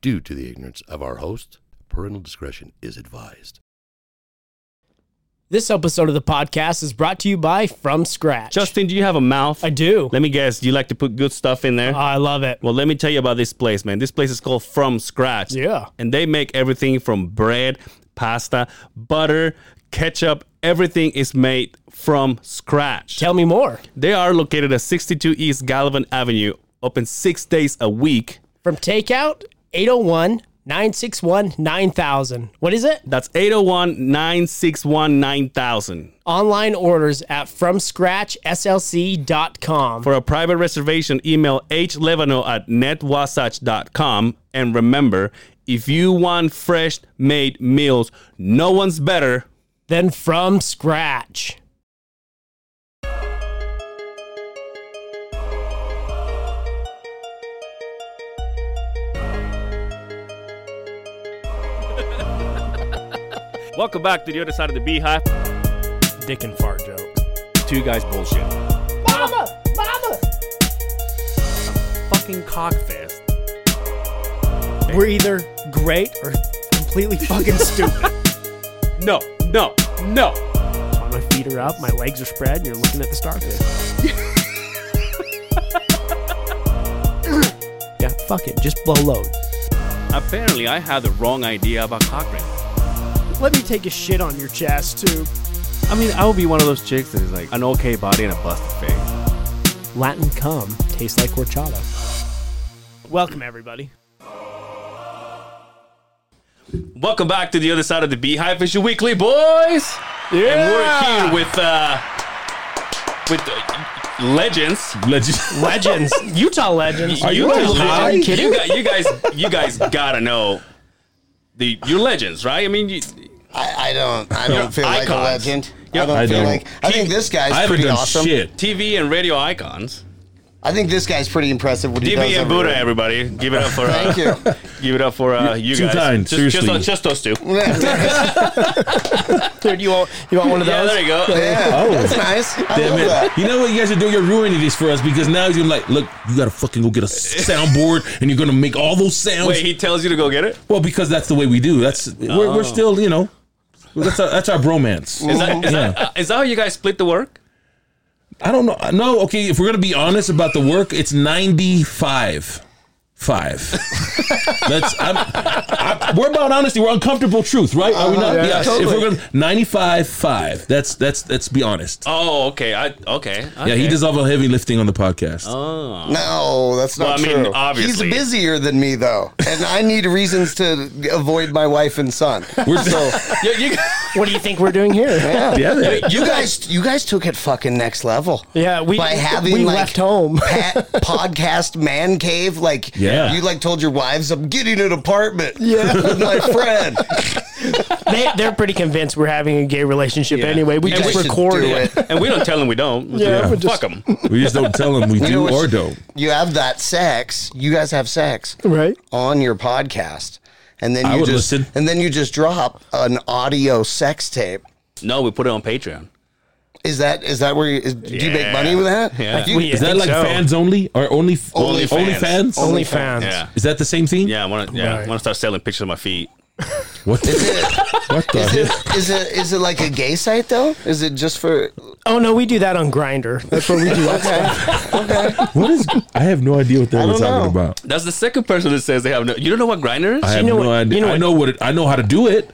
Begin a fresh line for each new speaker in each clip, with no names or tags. due to the ignorance of our host. Parental discretion is advised.
This episode of the podcast is brought to you by From Scratch.
Justin, do you have a mouth?
I do.
Let me guess. Do you like to put good stuff in there?
Oh, I love it.
well, let me tell you about this place, man. This place is called From Scratch.
Yeah.
And they make everything from bread, pasta, butter, ketchup. Everything is made from scratch.
Tell me more.
They are located at 62 East Gallivan Avenue, open six days a week.
From takeout 801 961 9000. What is it?
That's 801 961 9000.
Online orders at fromscratchslc.com.
For a private reservation, email hlevano at netwasatch.com. And remember, if you want fresh made meals, no one's better.
Then From Scratch.
Welcome back to the other side of the beehive.
Dick and fart joke.
Two guys bullshit.
Mama! Mama!
Fucking cockfest.
We're either great or completely fucking stupid.
No, no, no.
my feet are up, my legs are spread, and you're looking at the starfish. yeah, fuck it. Just blow load.
Apparently, I had the wrong idea about Cochrane.
Let me take a shit on your chest, too.
I mean, I would be one of those chicks that is like an okay body and a busted face.
Latin cum tastes like horchata. Welcome, everybody.
Welcome back to the other side of the beehive. It's your weekly boys. And we're here with, uh, with uh, legends.
Legend.
legends, Utah legends.
Are you
guys-
alive?
Are you kidding? You guys, you guys, you guys gotta know the you're legends, right? I mean, you,
I, I don't. I don't feel like a
icons.
legend.
Yep.
I don't
I
feel
don't.
like. I think this guy's
I haven't
pretty
done
awesome.
shit.
TV and radio icons.
I think this guy's pretty impressive. What he does
DB and
everywhere.
Buddha, everybody, give it up for uh,
Thank you.
give it up for uh, you
Too
guys.
kind,
just, just
seriously.
those- just those two.
Dude, you want you want one of
Yeah,
those?
there you go.
yeah,
Oh.
that's nice. I
Damn
love
it.
that.
You know what you guys are doing? You're ruining this for us because now you're like, look, you gotta fucking go get a soundboard and you're gonna make all those sounds.
Wait, he tells you to go get it.
Well, because that's the way we do. That's we're, we're still, you know, that's our, that's our bromance.
Is that, is, that, uh, is that how you guys split the work?
I don't know. No, okay. If we're gonna be honest about the work, it's ninety five. Five. That's I'm, I, we're about honesty. We're uncomfortable truth, right? Are we
Uh-huh.
not?
yeah, totally.
If we're gonna ninety five five, that's that's let's be honest.
Oh, okay. I okay.
Yeah, he does all the heavy lifting on the podcast.
No, that's
Well,
not
I mean,
true.
obviously.
he's busier than me though, and I need reasons to avoid my wife and son.
We're so
You, you,
What do you think we're doing here?
Yeah.
yeah.
You guys, you guys took it fucking next level.
Yeah, we-
by having
we
like,
left home.
pat, podcast man cave. Like,
Yeah.
you like told your wives, I'm getting an apartment. Yeah, with my friend.
they, they're pretty convinced we're having a gay relationship
Yeah.
anyway. We
And
You
just
should
record
do
it.
it.
and we don't tell him we don't.
Yeah, we
fuck
just-
him.
We just don't tell them we
You know
do
what
or
you-
don't.
You have that sex. You guys have sex
Right.
on your podcast, and then
I
you
would
just
listen.
and then you just drop an audio sex tape.
No, we put it on Patreon.
Is that is that where you is, do you make money with that?
Yeah.
You-
We-
Is that
think
like
so.
fans only or only
Only
only, only
fans.
fans?
Only fans.
Yeah,
Is that the same thing?
yeah. I want to. Yeah,
Right.
I want to start selling pictures of my feet.
What
Is
the?
it,
What the?
is it is it is it like a gay site though? Is it just for
Oh no, we do that on Grinder. That's what we do.
okay? okay.
What is? I have no idea what they were
don't
talking
know.
about.
That's the second person that says they have no. You don't know what grinder is?
I have
know
no
what-
idea.
you know
I
what-
know what it, I know how to do it.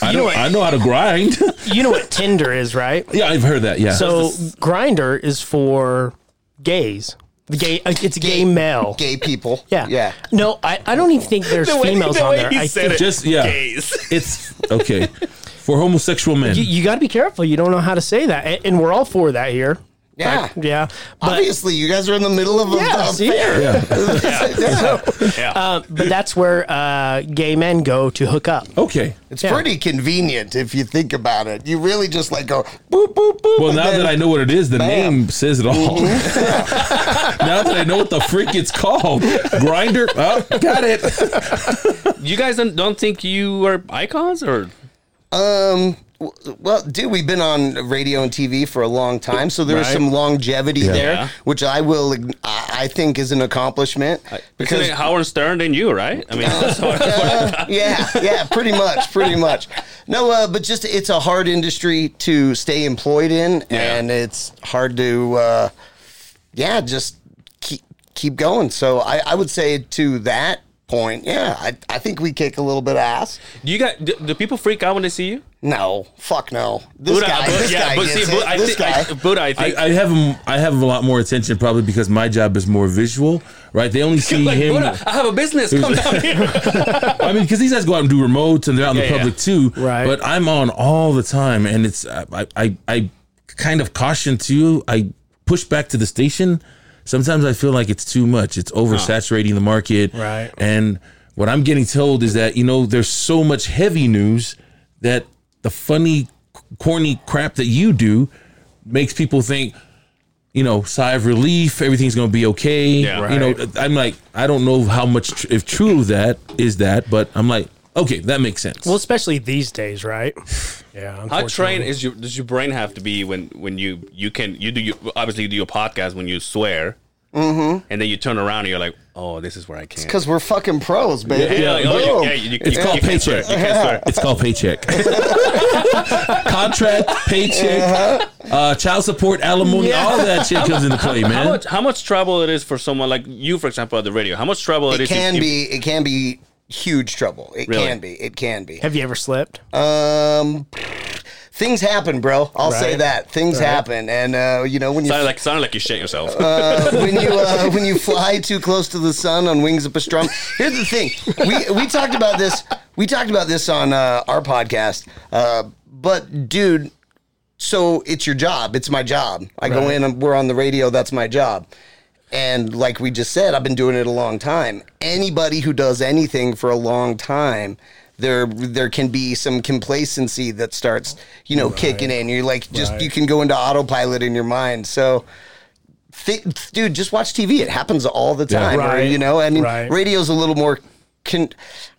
I
You know
know.
what-
I know how to grind.
You know what Tinder is, right?
yeah, I've heard that. Yeah.
So Grinder is for gays. The gay, uh, it's a gay, male.
Gay people.
Yeah.
Yeah.
No, I, I don't even think there's
The way-
females
the
on
way
there.
he
I
said
think
it.
just yeah,
Gays.
it's okay for homosexual men.
you, you got to be careful. You don't know how to say that, and, and we're all for that here.
Yeah.
Yeah, but
Obviously, you guys are in the middle of a
yeah,
a-
see?
yeah.
Yeah.
Yeah.
Uh, but that's where uh, gay men go to hook up.
Okay.
It's
Yeah.
pretty convenient if you think about it. You really just like go boop boop boop.
Well,
and
now
then-
that I know what it is, the
Bam.
name says it all.
Mm-hmm.
now that I know what the freak it's called, grinder. Oh, got it.
you guys don't, don't think you are icons or
Um, w- well, dude, we've been on radio and TV for a long time, so there's
Right.
some longevity there,
Yeah.
which I will, ag- I I think, is an accomplishment.
Because
because
Isn't it Howard Stern and you, right? I mean, that's what-
Uh, yeah, yeah, pretty much, pretty much. No, uh, but just it's a hard industry to stay employed in,
Yeah.
and it's hard to, uh, yeah, just keep keep going. So I, I would say to that point, yeah, I, I think we kick a little bit of ass.
do you got? Do, do people freak out when they see you?
No, fuck no. This guy,
but-
this
yeah,
guy
but
gets
see,
it.
Buddha, I
this
thi- I-
guy.
Buddha, I think.
I, I have him. I have a lot more attention probably because my job is more visual, right? They only see
like,
him.
Buddha, I have a business. Come down here.
I mean, because these guys go out and do remotes and they're out in
Yeah,
the
yeah.
public too.
Right.
But I'm on all the time, and it's uh, I I, I kind of caution too. I push back to the station. Sometimes I feel like it's too much. It's oversaturating the market.
Right.
And what I'm getting told is that you know there's so much heavy news that the funny, corny crap that you do makes people think. You know, sigh of relief. Everything's gonna be okay.
Yeah.
You know,
Right.
I'm like, I don't know how much tr- if true that is that, but I'm like, okay, that makes sense.
Well, especially these days, right? Yeah.
How trained is your does your brain have to be when when you you can you do you obviously you do your podcast when you swear, mm-hmm. and then you turn around and you're like, oh, this is where I can't.
Because we're fucking pros, baby.
Yeah, like, oh, you-
Boom.
yeah, you- you-
It's
you-
called
you can't swear.
paycheck.
You can't swear.
it's called paycheck, contract, paycheck, uh, child support, alimony, all that shit comes into play,
How
man.
much how much trouble it is for someone like you, for example, at the radio? How much trouble it
it
is? if-
can
if-
be, it can be huge trouble. It
Really?
can be, it can be.
Have you ever slept?
Um, things happen, bro. I'll say
Right.
that things happen, and uh, you know when you
Sounded like sounded like you shit yourself.
uh, when you uh, when you fly too close to the sun on wings of pastrami. Here's the thing: we we talked about this. We talked about this on uh, our podcast. Uh, but dude, so it's your job. It's my job. I go in and we're on the radio. That's my job. And like we just said, I've been doing it a long time. Anybody who does anything for a long time. There, there can be some complacency that starts, you know, kicking in. You're like, just you can go into autopilot in your mind. So, thi- dude, just watch TV. It happens all the time. or,
Right.
you know, I mean,
Right.
radio's a little more. Con-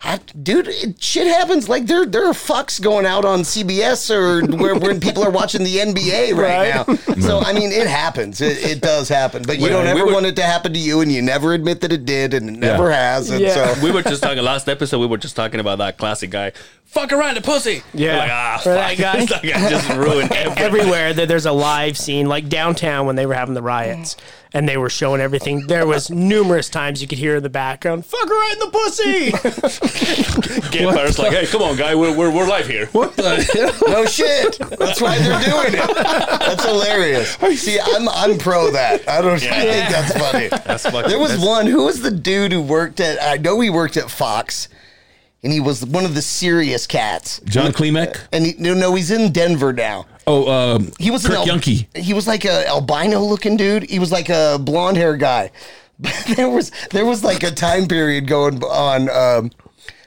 I, dude, it, shit happens. Like there, there are fucks going out on CBS or where when people are watching the NBA right, now. So I mean, it happens. It, it does happen, but you
We-
don't
we
ever
were-
want it to happen to you, and you never admit that it did, and it never has. And
Yeah.
so
we were just talking last episode. We were just talking about that classic guy. Fuck around the pussy.
Yeah.
like ah,
Or
fuck.
that guy.
That guy just ruined everything.
Everywhere that there's a live scene, like downtown when they were having the riots and they were showing everything, there was numerous times you could hear in the background, "Fuck her in the pussy."
Get parents like, hey, come on, guy, we're we're, we're live here.
What the?
no shit. That's why they're doing it. That's hilarious. See, I'm I'm pro that. I don't. I think that's funny.
That's fucking.
There was
that's-
one. Who was the dude who worked at? I know he worked at Fox, and he was one of the serious cats.
John Klimek?
And he, no, no, he's in Denver now.
Oh, um,
He was
Kirk
an al-
Yonke.
He was like a albino looking dude. He was like a blonde hair guy. But there was there was like a time period going on. Um,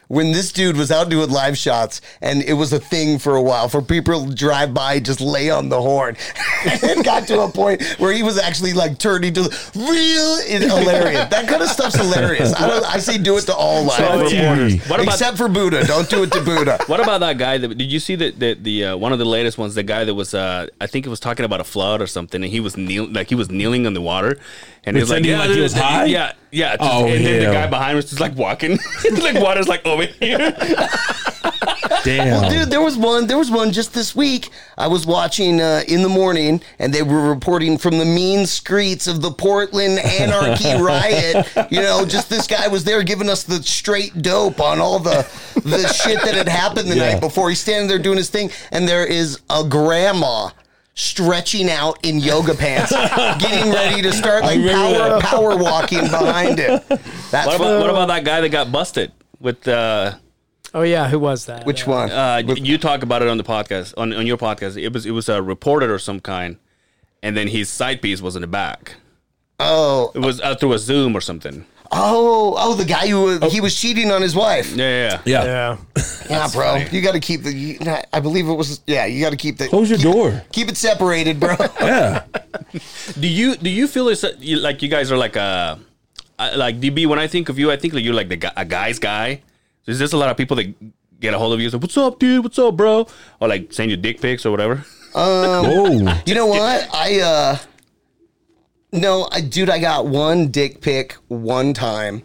when this dude was out doing live shots, and it was a thing for a while for people to drive by, just lay on the horn. and it got to a point where he was actually like turning to the real. It's hilarious. That kind of stuff's hilarious. I, don't, I say do it to all live
Oh,
reporters,
What about-
except for Buddha. Don't do it to Buddha.
What about that guy? That did you see that the, the uh, one of the latest ones? The guy that was, uh, I think it was talking about a flood or something, and he was kneel like he was kneeling on the water, and he was like,
Pretending
yeah,
like he
dude,
was
th-
high?
yeah, yeah. just-
Oh,
and then the
hell.
guy behind was just like walking, like water's like over here.
Damn.
Dude, there was one. There was one just this week. I was watching uh, in the morning, and they were reporting from the mean streets of the Portland anarchy riot. You know, just this guy was there giving us the straight dope on all the the shit that had happened the
Yeah.
night before. He's standing there doing his thing, and there is a grandma. Stretching out in yoga pants, getting ready to start like
remember
power power walking behind him. That's
What about what about that guy that got busted with? Uh,
oh yeah, who was that?
which one?
uh, you talk about it on the podcast on, on your podcast. It was it was a reporter of some kind, and then his side piece was in the back.
oh,
It was uh, through a Zoom or something.
oh, oh! The guy who uh, he was cheating on his wife.
Yeah, yeah. yeah.
yeah.
Yeah.
Yeah, bro. You got to keep the. You, nah, I believe it was. Yeah, you got to keep the.
Close your door.
Keep it separated, bro.
Yeah.
Do you do you feel it's, uh, you, like you guys are like a uh, like DB? When I think of you, I think that you're like the guy, a guy's guy. There's just a lot of people that
get a hold of you. Say, what's up, dude? What's up, bro? Or like send you dick pics or whatever.
Whoa.
You know what? I uh No, I dude, I got one dick pic one time.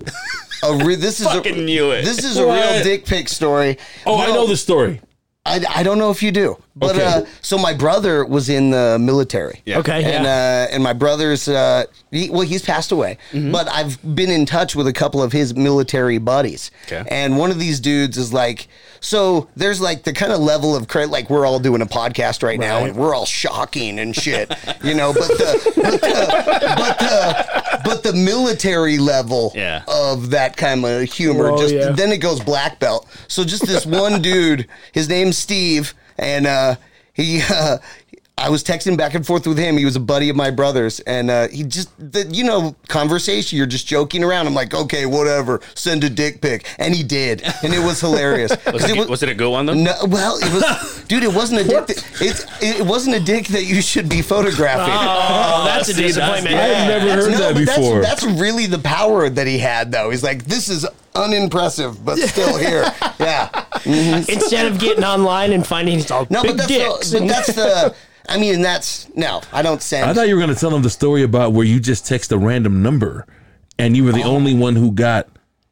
A re- this is
Fucking
a,
knew it.
This is a
What?
real dick pic story.
Oh, I
No,
know the story.
I, I don't know if you do. But
Okay.
uh so my brother was in the military.
Yeah.
Okay.
And
yeah.
uh, and my brother's uh, he, well, he's passed away, but I've been in touch with a couple of his military buddies.
Okay.
And one of these dudes is like, so there's like the kind of level of credit, like we're all doing a podcast right, now, and we're all shocking and shit, you know. But the but the, but the but the military level
Yeah.
of that kind of humor,
Whoa,
just
yeah.
then it goes black belt. So just this one dude, his name's Steve, and uh, he, uh, I was texting back and forth with him. He was a buddy of my brother's, and uh, he just, the, you know, conversation. You're just joking around. I'm like, okay, whatever. Send a dick pic, and he did, and it was hilarious. 'Cause
Was it,
was-
was it a good one though?
no, well, it was, dude. It wasn't a dick. That, it's it wasn't a dick that you should be photographing.
oh, that's a
See, that's
disappointment.
I've never heard that
but that's-
before.
That's, really the power that he had, though. He's like, this is unimpressive, but still here. Yeah. Mhm.
Instead of getting online and finding it's all
No,
big
but that's,
dicks.
the, but that's the. I mean, and that's no. I don't send.
I thought you were going to tell them the story about where you just text a random number and you were the only one who got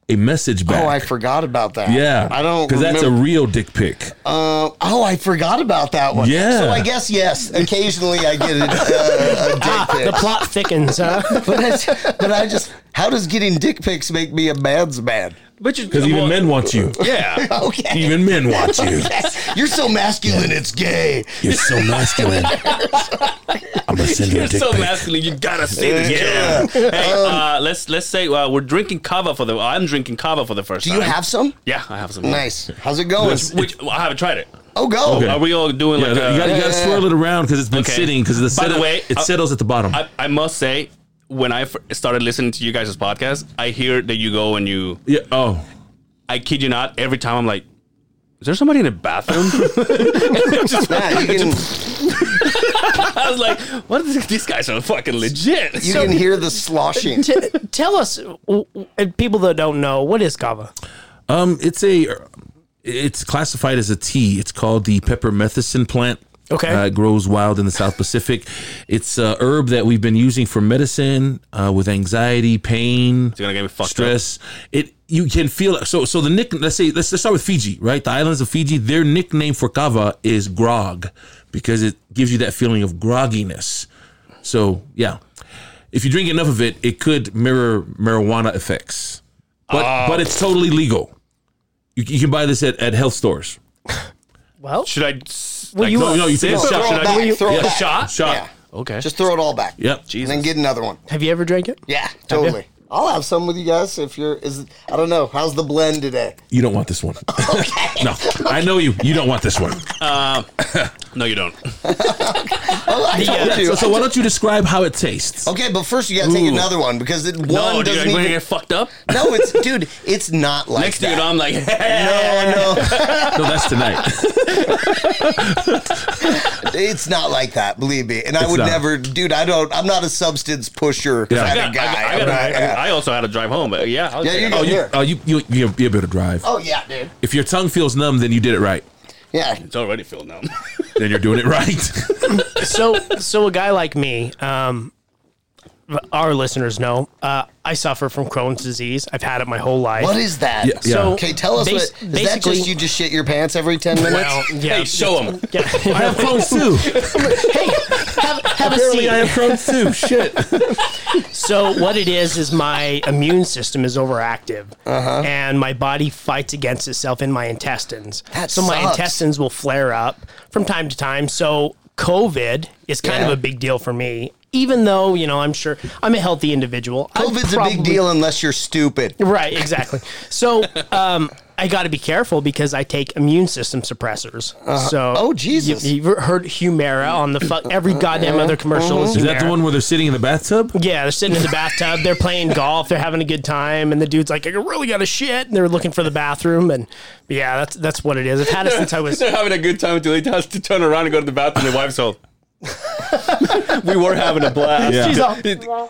a message back.
oh, I forgot about that.
Yeah.
I don't
Because that's a
remember-
real dick pic.
Uh, oh, I forgot about that one.
Yeah.
So I guess yes. Occasionally, I get a, a, a dick
Ah,
the
pic.
plot thickens, huh?
But, I, but I just, how does getting dick pics make me a man's man?
Because
Uh,
even men want you.
Yeah.
Okay.
Even men want you.
You're so masculine, it's gay.
You're so masculine. I'm going to send you
You're
a dick
so
pic.
masculine. You gotta see this. Yeah. Hey,
Um,
uh, let's let's say uh, we're drinking cava for the. I'm drinking cava for the first
Do
time.
you have some?
Yeah, I have some.
Nice. How's it going?
Which well, I haven't tried it.
Oh, go.
Okay.
Are we all doing
Yeah,
like?
you
a-
gotta, you gotta swirl it around because it's been
Okay.
sitting because the
By the
settle,
way,
it
uh,
settles at the bottom.
I, I must say, when I f- started listening to you guys' podcast, I hear that you go and you.
yeah. Oh,
I kid you not. Every time I'm like, is there somebody in the bathroom?
Yeah, you can,
I was like, what is this? These guys are fucking legit.
you
So-
can hear the sloshing.
T- tell us, w- w- and people that don't know, what is kava?
um, it's a, it's classified as a tea. It's called the peppermethicin plant.
Okay.
Uh, it grows wild in the South Pacific. It's a herb that we've been using for medicine uh, with anxiety, pain,
It's gonna get me fucked
stress. It you can feel it. So so the nick. Let's say let's, let's start with Fiji, right? The islands of Fiji. Their nickname for kava is grog because it gives you that feeling of grogginess. So yeah, if you drink enough of it, it could mirror marijuana effects. But
Ah.
but it's totally legal. You, you can buy this at, at health stores.
Well,
Should I? s-
Well, you
no,
are-
no, you said
No,
shot.
throw it
Should
back,
I
throw it
yeah.
back.
shot?
Shot.
Yeah.
Okay.
Just throw it all back.
Yep.
And then get another one.
have you ever drank it?
Yeah, totally. I'll have some with you guys if you're. Is I don't know. How's the blend today?
You don't want this one. no, I know you. You don't want this one.
No, you don't.
Oh, I told you.
So, so why don't you describe how it tastes?
okay, but first you gotta take another one because it, one
No, dude, I'm
doesn't
gonna
even.
get fucked up.
No, it's dude. It's not like
Next thing you know,
that.
I'm like,
no, no,
No, that's tonight.
it's not like that. Believe me, and I
It's
would
not.
never, dude. I don't. I'm not a substance pusher
Yeah.
kind
I,
of
got-
guy.
I, got- I,
I'm not-
got-
yeah.
I also had to drive home, but yeah. I was
Yeah,
like,
you
oh,
got-
You,
Here.
oh, you, you, you, you better drive.
Oh yeah, dude.
If your tongue feels numb, then you did it right.
Yeah,
it's already filled now.
Then you're doing it right.
so so a guy like me um our listeners know uh, i suffer from crohn's disease i've had it my whole life
What is that?
Yeah. So,
okay, tell us.
bas-
what, is that
basically-
just you just shit your pants every ten minutes?
well, yeah,
hey, show them.
yeah.
I have Crohn's too.
hey have, have a
Apparently,
seat
I have Crohn's too. Shit.
so what it is is my immune system is overactive
Uh-huh.
and my body fights against itself in my intestines
That
so my
sucks.
intestines will flare up from time to time so covid is kind
Yeah.
of a big deal for me even though you know i'm sure i'm a healthy individual I've
COVID's a big
probably-
deal unless you're stupid.
Right, exactly. So um, I got to be careful because I take immune system suppressors. so
oh, Jesus.
you, have heard Humira on the fuck every goddamn other commercial is,
Mm-hmm.
Is that the
Humira.
one where they're sitting in the bathtub?
Yeah, they're sitting in the bathtub, they're playing golf, they're having a good time, and the dude's like, "I really got to shit," and they're looking for the bathroom, and yeah, that's that's what it is. I've had it since I was.
They're having a good time until he has to turn around and go to the bathroom. The wife's all. we were having a blast.
She's all,
they, are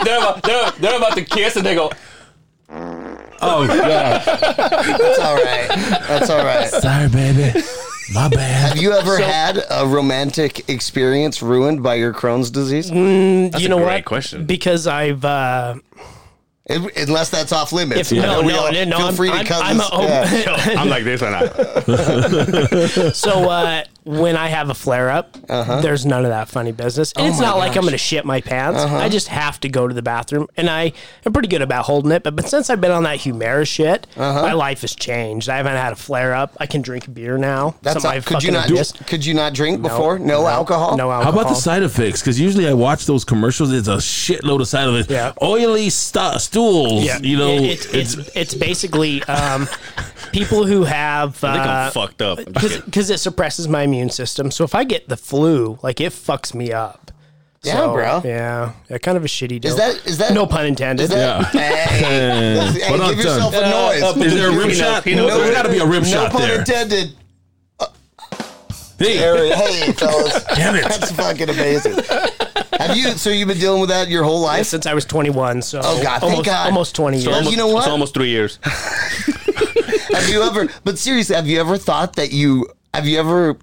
about, they're, they're about to kiss and they go.
Oh God!
That's all right. That's all right.
Sorry, baby. My bad.
Have you ever had a romantic experience ruined by your Crohn's disease?
you
a
know
great
what?
question.
Because I've uh,
If- unless that's off limits.
if no,
We
no,
all-
no, no,
Feel
I'm,
free
I'm-
to cut
I'm
this.
a open-
yeah.
I'm like this and I.
So uh, when I have a flare up,
Uh-huh.
there's none of that funny business.
Oh
And it's not like I'm going to shit my pants.
Uh-huh.
I just have to go to the bathroom, and I am pretty good about holding it. But but since I've been on that Humira shit,
Uh-huh.
my life has changed. I haven't had a flare up. I can drink beer now.
That's
Something I
all, could you
fucking
not
miss.
could you not drink before? No, alcohol.
No
How
alcohol.
about the side effects? Because usually I watch those commercials. It's a shitload of side effects.
Yeah.
Oily st- stools. You know,
It- it's, it's, it's basically um, people who have
I think
uh,
I'm fucked up. I'm just kidding.
because it suppresses my immune system. So if I get the flu, like it fucks me up.
Yeah,
So,
bro.
Yeah, yeah, kind of a shitty deal.
Is that is that
no pun intended?
Is that, Hey,
Yeah.
hey,
But I'm
give yourself
done.
a noise.
Is there a
He
rim
knows-
shot?
he knows
No, there's got to be a rim
no
shot
pun
there.
intended.
Hey,
Aaron, hey, fellas.
Damn it.
That's fucking amazing. Have you? So you've been dealing with that your whole life?
Since I was 21, so
Oh, God, thank
almost,
God.
almost 20 years.
So
Almost-
you know what?
It's almost three years.
have you ever? But seriously, have you ever thought that you? Have you ever?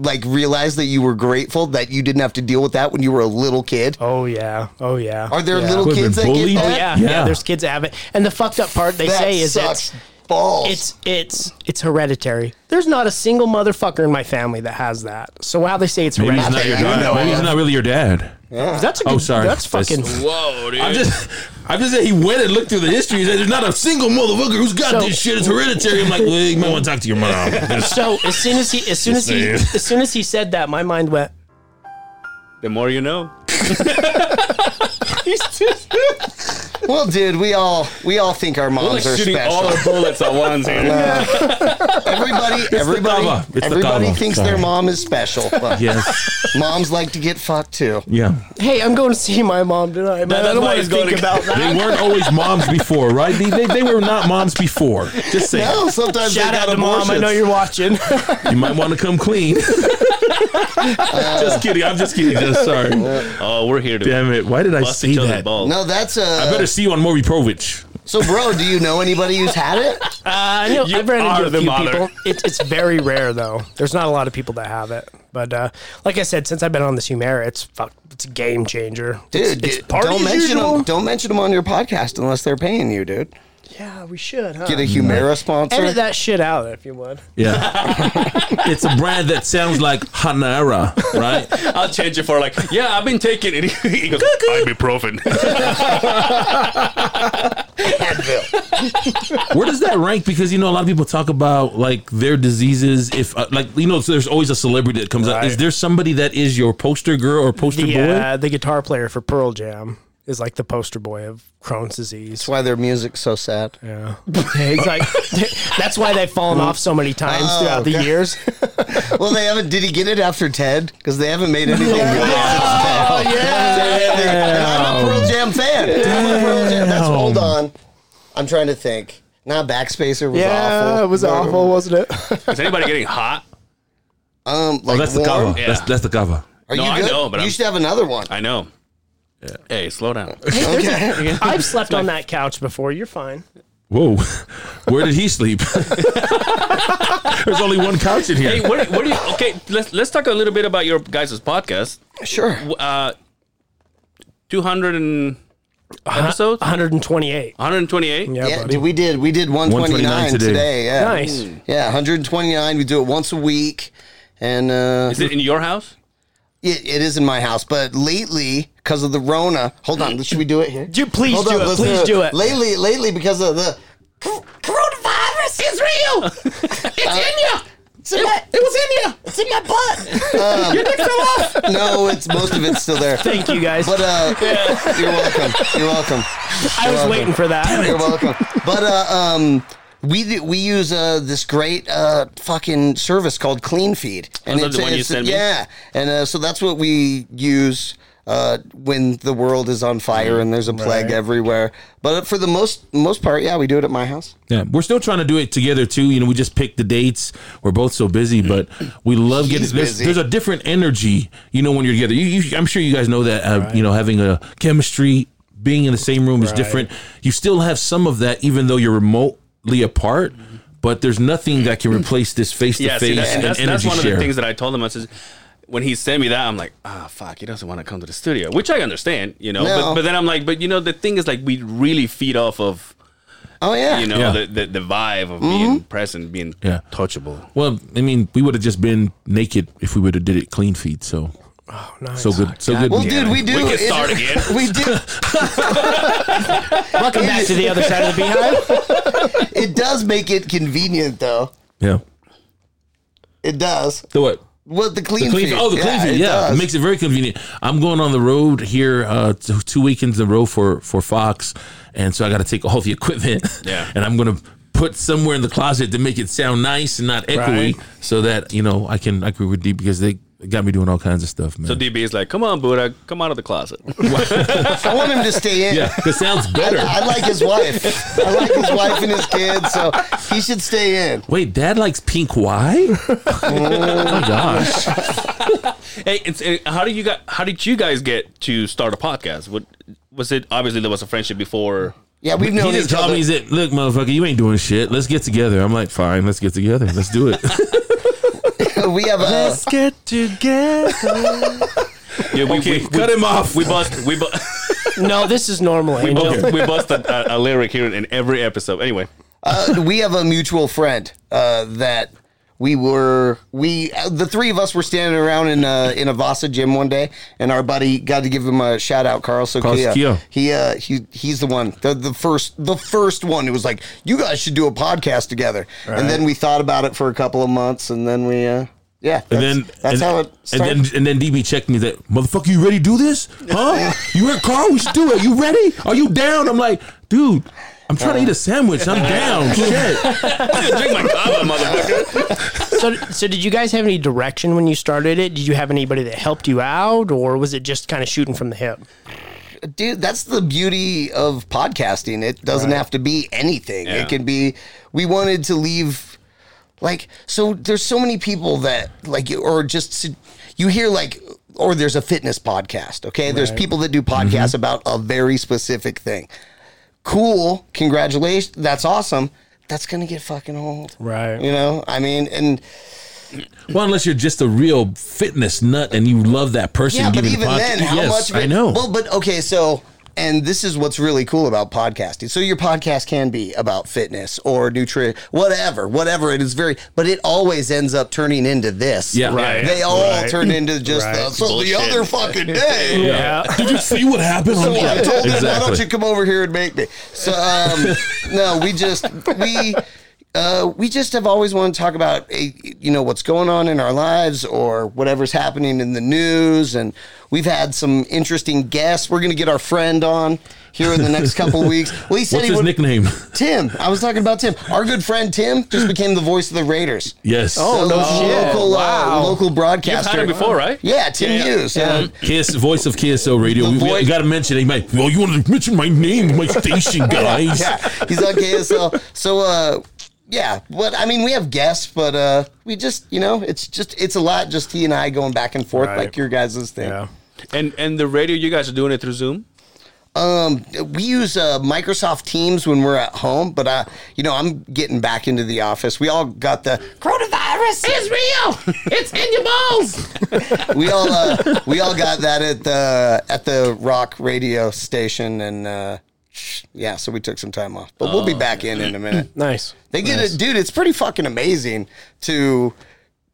Like realized that you were grateful that you didn't have to deal with that when you were a little kid.
oh yeah, oh yeah.
Are there
yeah.
little
Wait,
kids that
been
get
bullied?
that?
Oh yeah, yeah,
Yeah.
There's kids that have it, and the fucked up part they
That
say is
sucks
it's
balls.
it's it's it's hereditary. There's not a single motherfucker in my family that has that. So how they say it's
Maybe he's
hereditary?
not your
I don't
dad.
know.
Maybe he's not really your dad.
That's a good,
Oh, sorry.
That's
That's-
fucking.
Whoa, dude.
I'm just, I'm just saying he went and looked through the history. He said, "There's not a single motherfucker who's got
So-
this shit. It's hereditary." I'm like, well, you might want to talk to your mom. Just-
So as soon as he, as soon as he,
Just saying.
as soon as he said that, my mind went.
the more you know.
He's just.
well, dude, we all we all think our moms are
shooting
special.
all our bullets at once. Aaron.
everybody, everybody,
kava. It's the
everybody
kava.
thinks
Sorry.
their mom is special. But
yes.
moms like to get fucked too.
Yeah.
Hey, I'm going to see my mom tonight, man. I
that's
don't
why
want to
he's going
think
to-
about that.
They weren't always moms before, right? They, they, they were not moms before. Just saying.
No, sometimes
Shout
they
out
got
to
abortions.
mom. I know you're watching.
You might want to come clean. just kidding. I'm just kidding. Just sorry.
Oh, we're here to
Damn it. Why did I
bust
see
each other's
that?
balls.
No, that's a.
I better see you on Maury Povich.
so, bro, do you know anybody who's had it?
I know I've ran
are
into a
the
few
mother.
people. It, it's very rare though. There's not a lot of people that have it. But uh, like I said, since I've been on this Humera, it's fuck, it's a game changer. It's-
Dude,
it's,
dude,
party
don't
as
mention
usual.
them. Don't mention them on your podcast unless they're paying you, dude.
Yeah, we should. Huh?
Get a Humira sponsor.
Edit that shit out if you would.
Yeah. it's a brand that sounds like Hanara, right?
I'll change it for like, yeah, I've been taking it. He goes, ibuprofen.
Where does that rank? Because, you know, a lot of people talk about like their diseases. If, uh, like, you know, so there's always a celebrity that comes out. Is there somebody that is your poster girl or poster
The
boy?
uh, the guitar player for Pearl Jam is like the poster boy of Crohn's disease.
That's why their music's so sad.
Yeah, he's like that's why they've fallen off so many times
Oh,
throughout the years.
Well, they haven't. Did he get it after Ted? Because they haven't made anything good since Ted. And I'm a Pearl Jam fan. I'm a Pearl Jam. That's hold on. I'm trying to think. Not Backspacer was
yeah,
awful.
it was awful, wasn't it?
Is anybody getting hot?
Um, like
oh, that's the
warm.
cover. That's,
Yeah.
that's the cover.
Are
No,
you
I
good?
know, but
you
I'm-
should have another one.
I know. Hey, slow down.
Okay.
I've slept on that couch before. You're fine.
Whoa. Where did he sleep? there's only one couch in here.
hey, what, what do you? Okay, let's let's talk a little bit about your guys' podcast.
sure.
Uh, two hundred and episodes, one
128.
hundred and twenty-eight.
Yeah,
Yeah,
buddy.
dude, we did. We did 129,
129
today.
today.
Yeah. Mm.
nice.
Yeah, 129. We do it once a week, and uh,
Is it in your house?
it, it is in my house. But lately, because of the Rona, hold on. Should we do it here?
Dude, please
Hold
do
on,
it.
let's
Please do it.
Lately, lately, because of the cor- coronavirus is real. It's in you. It's in my, it was in you. It's in my butt. Um, Your dick fell off. No, it's most of it's still there.
Thank you guys.
But uh, you're welcome. You're welcome.
I was waiting for that.
You're welcome. But uh, um, we we use uh, this great uh, fucking service called Clean Feed,
Oh, is that the one you sent me?
yeah, and uh, so that's what we use. Uh, when the world is on fire and
Mm.
there's a plague everywhere, but for the most most part, yeah, we do it at my house.
Yeah, we're still trying to do it together too. You know, we just picked the dates. We're both so busy, but we love getting. There's,
busy.
there's a different energy, you know, when you're together. You, you, I'm sure you guys know that. Uh, You know, having a chemistry being in the same room is different. You still have some of that, even though you're remotely apart. But there's nothing that can replace this face to
Yeah, see,
face
that's,
and
that's,
energy
that's one of
share.
the things that I told him. I says, when he sent me that, I'm like, ah, fuck, he doesn't want to come to the studio, which I understand, you know.
No.
But, but then I'm like, but you know, the thing is, like, we really feed off of,
Oh yeah.
you know,
Yeah.
the, the, the vibe of being present, being
Yeah.
touchable.
Well, I mean, we would have just been naked if we would have did it clean feet. So, so good, so good.
well, dude, we do.
We can
it-
start again.
We do.
Welcome back to the other side of the beehive.
It does make it convenient, though.
yeah.
It does.
So what?
Well, the clean,
The clean,
feed.
oh, the clean feet.
it
Yeah, it
does.
makes it very convenient. I'm going on the road here uh, t- two weekends in a row for for Fox, and so I got to take all the equipment.
Yeah.
and I'm gonna put somewhere in the closet to make it sound nice and not echoey, so that you know I can I can redeem because they got me doing all kinds of stuff, man.
So DB is like, come on, Buddha, come out of the closet.
I want him to stay in.
yeah, that sounds
I,
better.
I like his wife. I like his wife and his kids, so he should stay in.
Wait, Dad likes pink. Why? oh my gosh.
hey, it's, eh, how did you got? How did you guys get to start a podcast? What was it? Obviously, there was a friendship before.
Yeah, we've known
he just
each
called
other.
me. He said, "Look, motherfucker, you ain't doing shit. Let's get together." I'm like, "Fine, let's get together. Let's do it."
we have a
get together.
Yeah, we,
Okay,
we- we-
cut him off.
We bust. We bust.
No, this is normal, Angel.
we bust a, a, a lyric here in every episode. Anyway,
uh, we have a mutual friend uh, that we were we uh, the three of us were standing around in a, in a Vasa gym one day, and our buddy got to give him a shout out, Carl Sokia.
Sokia.
He uh, he he's the one the, the first the first one who was like, you guys should do a podcast together, and then we thought about it for a couple of months, and then we. Uh, yeah, that's,
And then
that's
and,
how it started.
And then and then DB checked me that motherfucker, you ready to do this? Huh? you heard Carl? We should do it. You ready? Are you down? I'm like, dude, I'm trying to eat a sandwich. I'm down. Shit.
drink my kava, motherfucker.
So, so did you guys have any direction when you started it? Did you have anybody that helped you out, or was it just kind of shooting from the hip?
dude that's the beauty of podcasting it doesn't have to be anything
Yeah.
it can be we wanted to leave like so there's so many people that like or just su- you hear like or there's a fitness podcast okay there's people that do podcasts about a very specific thing cool congratulations that's awesome that's gonna get fucking old
Right.
you know i mean and
Well, unless you're just a real fitness nut and you love that person.
Yeah, but
giving
even
podca-
then, how
Yes,
much? of
I
it-
know.
Well, but okay, so and this is what's really cool about podcasting. So your podcast can be about fitness or nutrition, whatever, whatever. It is very, but it always ends up turning into this.
Yeah. Right.
They all turn into just the, so the
Bullshit.
other fucking day.
Yeah.
Did you see what happened?
So
Yeah,
I told him, why don't
exactly.
you come over here and make me? So um, no, we just we uh, we just have always wanted to talk about eh, you know what's going on in our lives or whatever's happening in the news, and we've had some interesting guests. We're gonna get our friend on here in the next couple weeks. Well, he said
What's
he
his
would.
nickname?
Tim, I was talking about Tim. Our good friend Tim just became the voice of the Raiders.
Yes.
Oh, no Local, uh, local
You've
broadcaster.
had it before, right?
Yeah, Tim Hughes. yeah.
KS, voice of KSO Radio.
The
we
voice-
got to mention it. He might, well, you want to mention my name, my station, guys.
yeah, he's on KSL. So, uh, yeah, but I mean, we have guests, but uh, we just, you know, it's just, it's a lot just he and I going back and forth like your guys' thing.
And and the radio, you guys are doing it through Zoom.
Um, We use uh, Microsoft Teams when we're at home, but, uh, you know, I'm getting back into the office. We all got the coronavirus is real. It's in your balls. we all, uh, we all got that at the, at the rock radio station. And, uh, yeah, so we took some time off, but we'll be back in in a minute.
Nice.
They get it, dude. It's pretty fucking amazing to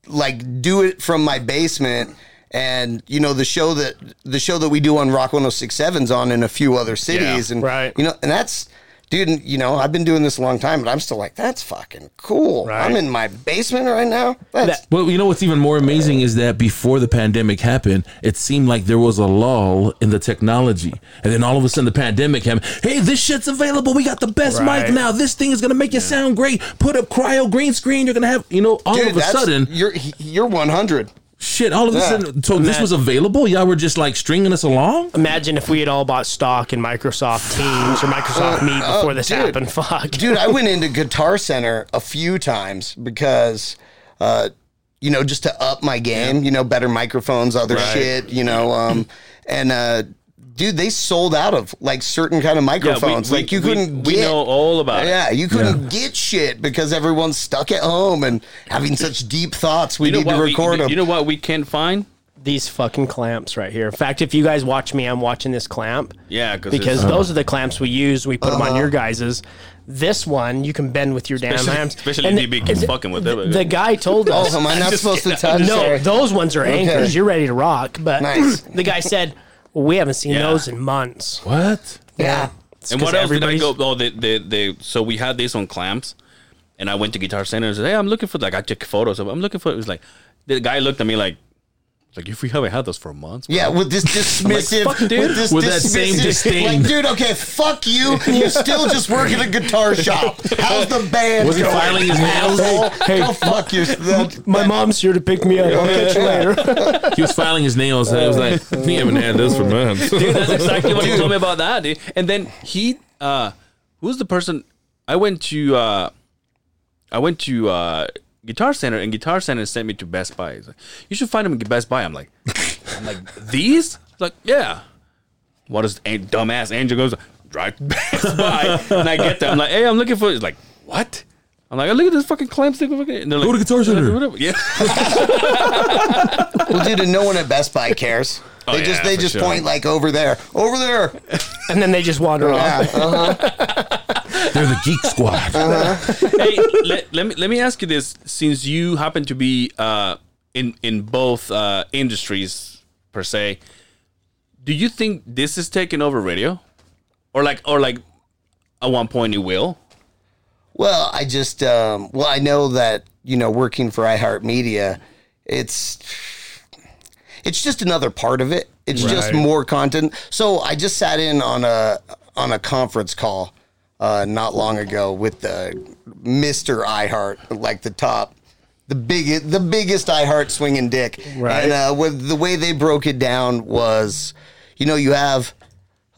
like do it from my basement. And you know the show that the show that we do on Rock 106.7's on in a few other cities, and
right.
you know, and that's, dude. and, You know, I've been doing this a long time, but I'm still like, that's fucking cool. I'm in my basement right now. That's
Well, you know what's even more amazing is that before the pandemic happened, it seemed like there was a lull in the technology. And then all of a sudden the pandemic happened. Hey, this shit's available. We got the best
Right.
mic now. This thing is going to make you sound great. Put up cryo green screen. You're going to have, you know, all
dude,
of a
that's-
sudden,
you're he- you're 100.
shit, all of a
Yeah.
sudden. So this was available? Y'all were just like stringing us along?
Imagine if we had all bought stock in Microsoft Teams or Microsoft Meet before this
Uh, dude.
happened. Fuck.
dude i went into guitar center a few times because uh you know just to up my game you know better microphones other shit you know um and uh dude, they sold out of like certain kind of microphones. like you couldn't
We,
get,
know all about it.
yeah, you couldn't get shit because everyone's stuck at home and having such deep thoughts. We
You know
need to
what? We,
record them.
you know what? We can't find.
These fucking clamps right here. In fact, if you guys watch me, I'm watching this clamp.
Yeah, 'cause
because
it's-
those are the clamps we use. We put them on your guys's. This one you can bend with your damn
Uh-huh. Especially-
hands.
especially
And
if you keep
the-
fucking with
the,
it.
The guy told us.
oh, am I not supposed to touch?
no,
Sorry.
those ones are anchors. You're ready to rock. But
Nice.
the guy said we haven't seen
Yeah.
those in months.
What?
yeah.
It's
And
'cause
what else did I
everybody's-
go? Oh, they, they, they, so we had this on clamps, and I went to Guitar Center and said, "Hey, I'm looking for like I took photos of. I'm looking for." It was like the guy looked at me like, like if we haven't had those for months, bro."
Yeah, with this dismissive,
fuck, dude.
with this
With that same
dismissive-
disdain.
Like, dude, okay, fuck you. You still just work at a guitar shop. How's the band?
Was he
going?
filing his nails?
Asshole.
Hey,
Go fuck yourself.
My mom's here to pick me up. I'll catch you later.
He was filing his nails, and I was like, "We haven't had this for months."
Dude, that's exactly what he told me about that, dude. And then he, uh, who's the person? I went to, uh, I went to uh, Guitar Center, and Guitar Center sent me to Best Buy. He's like, you should find them at Best Buy. I'm like, I'm like these? Like, yeah. What is a dumbass Angel goes drive to Best Buy, and I get there. I'm like, hey, I'm looking for. He's like, what? I'm like, look at this fucking clamp stick. Go
Go to Guitar Center.
Yeah.
Well, dude, and no one at Best Buy cares. They
Oh,
yeah,
just they
for
just
sure.
point like over there, over there.
And then they just wander off.
Yeah, uh,
They're the Geek Squad.
Uh-huh.
hey, let, let me let me ask you this: since you happen to be uh, in in both uh, industries per se, do you think this is taking over radio, or like or like at one point it will?
Well, I just um, well, I know that you know working for iHeartMedia, it's it's just another part of it. It's just more content. So I just sat in on a on a conference call uh, not long ago with the Mister iHeart, like the top. The biggest, the biggest iHeart swinging dick,
Right.
and uh, with the way they broke it down was, you know, you have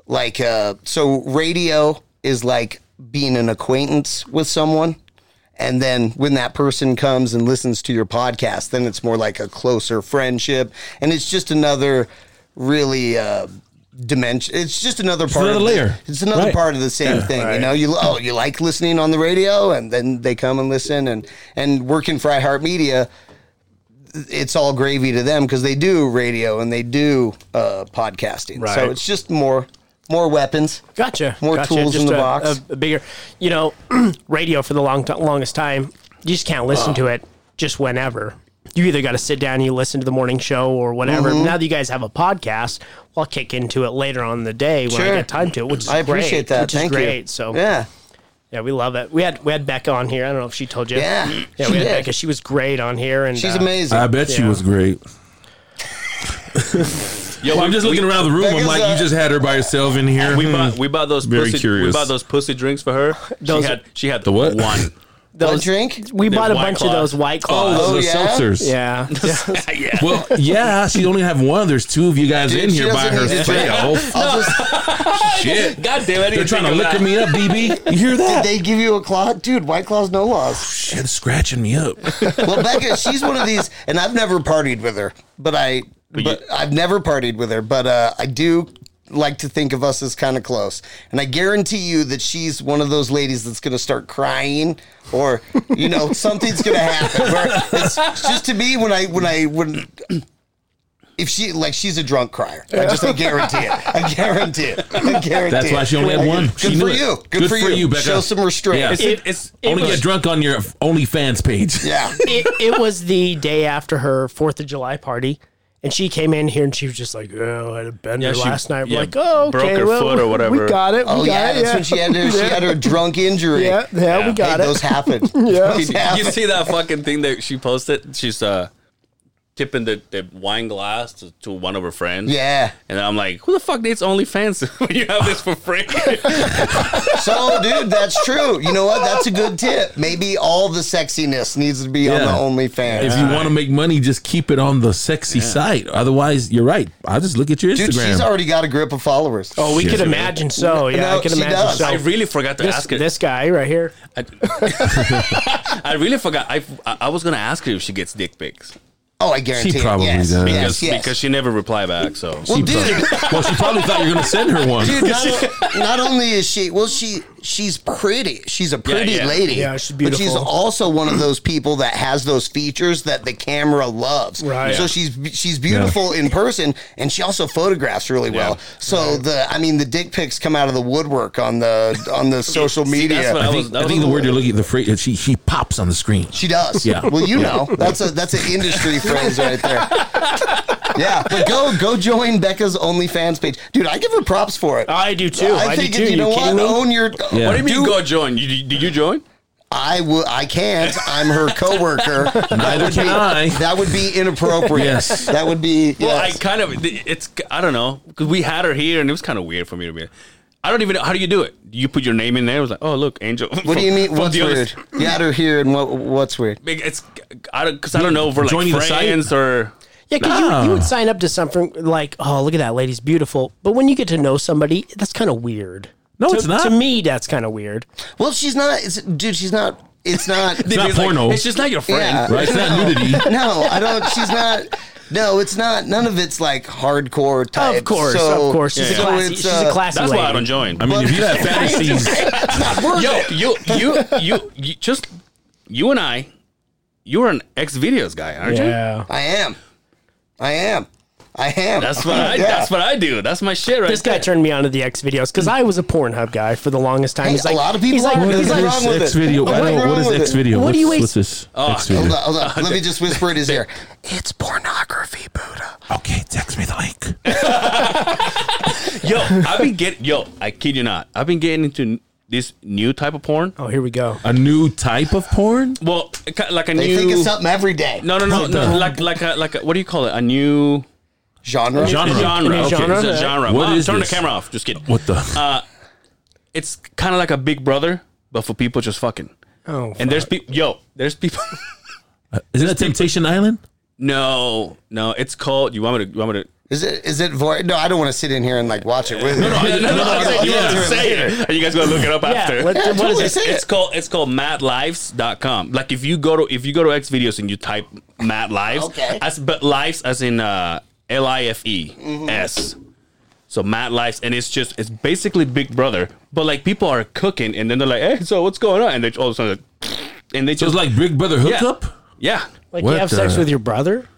like uh so radio is like being an acquaintance with someone and then when that person comes and listens to your podcast then it's more like a closer friendship and it's just another really uh dimension it's just another part
another
of the-
layer.
it's another
Right.
part of the same thing you know you oh you like listening on the radio and then they come and listen and and working for iHeartMedia it's all gravy to them because they do radio and they do uh, podcasting. So
Right.
it's just more more weapons.
Gotcha.
More
Gotcha.
tools in the
a,
box.
A, a bigger, you know, radio for the long t- longest time, you just can't listen to it just whenever. You either got to sit down, and you listen to the morning show or whatever.
Mm-hmm.
Now that you guys have a podcast, well, I'll kick into it later on in the day when
Sure.
I get time to it, which is
I appreciate
great,
that.
Which
Thank
is great.
you.
So yeah.
yeah,
we love it. We had we had Becca on here. I don't know if she told you.
Yeah,
yeah,
she
we had
did.
Becca. She was great on here, and
she's
uh,
amazing.
I bet she
Yeah.
was great.
Yo,
I'm just looking around the room.
Like,
I'm
is
like,
that-
you just had her by herself in here. Hmm.
We bought we bought those
Very
pussy,
curious.
we bought those pussy drinks for her.
Those-
she had she had
The what?
one.
One
those-
drink.
We bought a
White
bunch
Claw.
of those white claws.
Oh,
oh, the
yeah?
seltzers.
yeah. yeah.
yeah.
Well, yeah, she only have one. There's two of you guys
Dude,
in
she
here by
doesn't need to drink.
herself. Oh,
I'll just,
Shit.
God damn it!
They're trying to liquor me up, BB. You hear that?
they give you a claw, dude. White claws, no laws.
Shit, scratching me up.
Well, Becca, she's one of these, and I've never partied with her, but I, but, I've never partied with her, but uh, I do like to think of us as kind of close, and I guarantee you that she's one of those ladies that's going to start crying, or you know, something's going to happen. Where it's just to me when I when I when. If she like she's a drunk crier, I just I guarantee it. I guarantee it. I guarantee
That's
it.
why she only had one. She
Good
knew
for
it.
you. Good, for, you.
Becca.
Show some restraint.
Yeah.
It's, it's,
Only get drunk on your OnlyFans page.
yeah.
it, it was the day after her Fourth of July party, and she came in here and she was just like, "Oh, I had a bender
Yeah, she-
last night." We're
yeah,
like, "Oh, okay,
broke her
well,
foot or whatever."
We got it. We
Oh
got
yeah,
it,
that's when she had her, she had her drunk injury.
yeah, yeah, we got
hey,
it.
Those happen. yeah. Those
you
happen.
see that fucking thing that she posted? She's uh tipping the, the wine glass to, to one of her friends.
Yeah.
And I'm like, who the fuck needs OnlyFans when you have this for free?
So, dude, that's true. You know what? That's a good tip. Maybe all the sexiness needs to be on
Yeah.
the OnlyFans.
If you want to make money, just keep it on the sexy side. Otherwise, you're right. I'll just look at your
dude,
Instagram.
she's already got a grip of followers.
oh, we
Shit.
could imagine so. Yeah,
No,
I can
she
imagine
does.
so.
I really forgot to
this,
ask her.
this guy right here.
I, I really forgot. I, I was going to ask her if she gets dick pics.
Oh, I guarantee.
She
it.
probably
yes.
does.
Yes,
because,
yes.
because she never replied back. So
well, dude,
well, she probably thought you were going to send her one.
dude, not, o- not only is she well, she she's pretty. She's a pretty
yeah.
lady.
Yeah, she's
But she's
beautiful.
also one of those people that has those features that the camera loves.
Right.
So
Yeah.
she's she's beautiful in person, and she also photographs really well. So the I mean the dick pics come out of the woodwork on the on the social
See,
media.
that's what
I
I
think,
was. that
I
was
think the word you're looking at, the phrase, she, she pops on the screen.
She does.
Yeah.
Well, you know, that's a that's an industry phrase right there. Yeah, but go go join Becca's OnlyFans page, dude. I give her props for it.
I do too. I, do
think
too.
if you
You,
don't
kidding
want
me?
to own your,
Yeah.
What do you mean? Go join. You, did you join?
I will. I can't. I'm her coworker. That would
can
be-
I.
That would be inappropriate.
Yes.
That would be.
Well, I
yes.
kind of. It's I don't know because we had her here and it was kind of weird for me to be. I don't even know how do you do it. You put your name in there. It was like, oh look, Angel.
what do you mean? What's weird? You had her here, and what what's weird?
It's I don't because I don't know if we're like
Joining the site?
friends or
Yeah, because you, you would sign up to something like, oh, look at that lady's beautiful. But when you get to know somebody, that's kind of weird.
No,
To-
it's not.
To me, that's kind of weird.
Well, she's not. It's, dude, she's not. It's not.
It's not
It's like,
porno.
it's just not your friend.
Yeah.
right? It's not nudity.
no, I don't. She's not. No, it's not. None of it's like hardcore type.
Of course,
So-
of course. She's,
so
a classy,
it's,
she's a
uh,
classy
That's
lady.
why I don't join.
I mean, if you have fantasies,
yo, you, you, you, you, just you and I. You're an X videos guy, aren't you?
yeah.
I am. I am. I am.
That's what I.
Yeah.
That's what I do. That's my shit right
This guy
there.
turned me on to the X videos because I was a Pornhub guy for the longest time.
Hey,
He's
a
like-
lot of people
he's like,
are.
he's
There's
like,
wrong
X,
with
X
it?
video.
What's
I don't.
wrong
What is
with
X
it? Oh,
video?
What do you
What's, what's
waste-
this? X
Hold
video.
on, hold on. Let me just whisper in his ear. It's pornography, Buddha.
Okay, text me the link.
Yo, I've been getting. Yo, I kid you not. I've been getting into n- this new type of porn.
oh, here we go.
A new type of porn?
Well, ki- like a
They
new.
think of something every day.
no, no, no, no. Like, like a, like a, what do you call it? A new
Genre.
Genre.
genre.
new
okay,
genre?
it's a genre.
What
Wow,
is
turn
this?
the camera off. Just kidding.
What the?
It's kind of like a Big Brother, but for people just fucking.
Oh,
And there's people. Yo, there's people.
is that Temptation Island?
No, no, it's called. You want me to? You want me to?
Is it? Is it? Voy- no, I don't want to sit in here and like watch it with. No,
No, no, no, I'm saying you want me to say it. Are you guys gonna look it up
yeah.
after?
let-
Yeah,
what is
totally.
it?
Say
It's
it.
called it's called madlives.com. Like if you go to if you go to X videos and you type Matt Lives,
Okay.
as but lives as in uh L I F E
Mm-hmm.
S. So Matt Lives and it's just it's basically Big Brother, but like people are cooking and then they're like, "Hey, so what's going on?" And they all of a sudden and they
So
just
it's
like
like Big Brother hookup?
yeah.
Like
What
you have sex
the-
with your brother?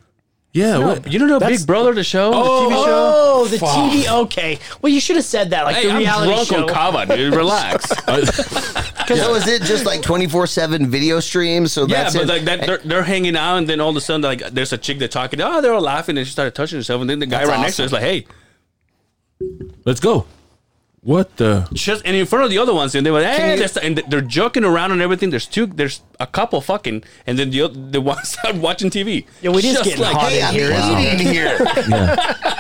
Yeah. what?
You don't know
That's-
Big Brother the show, the TV show?
Oh, the TV. Okay. Well, you should have said that. Like
Hey,
the
I'm
reality
drunk
show.
on kava, dude. Relax.
So is it just like twenty four seven video streams? So
Yeah,
that's
but
it.
like that, they're, they're hanging out, and then all of a sudden, like there's a chick that talking. Oh, they're all laughing, and she started touching herself, and then the guy
That's
right next to her is like, "Hey,
Let's go. What the?
just and in front of the other ones, and they were, "Hey," they're, st- and they're joking around and everything. There's two, there's a couple fucking, and then the oth- the ones out watching TV.
Yeah, we just
Just
getting
like,
hot
hey,
in
I'm
here. isn't it?
eating here.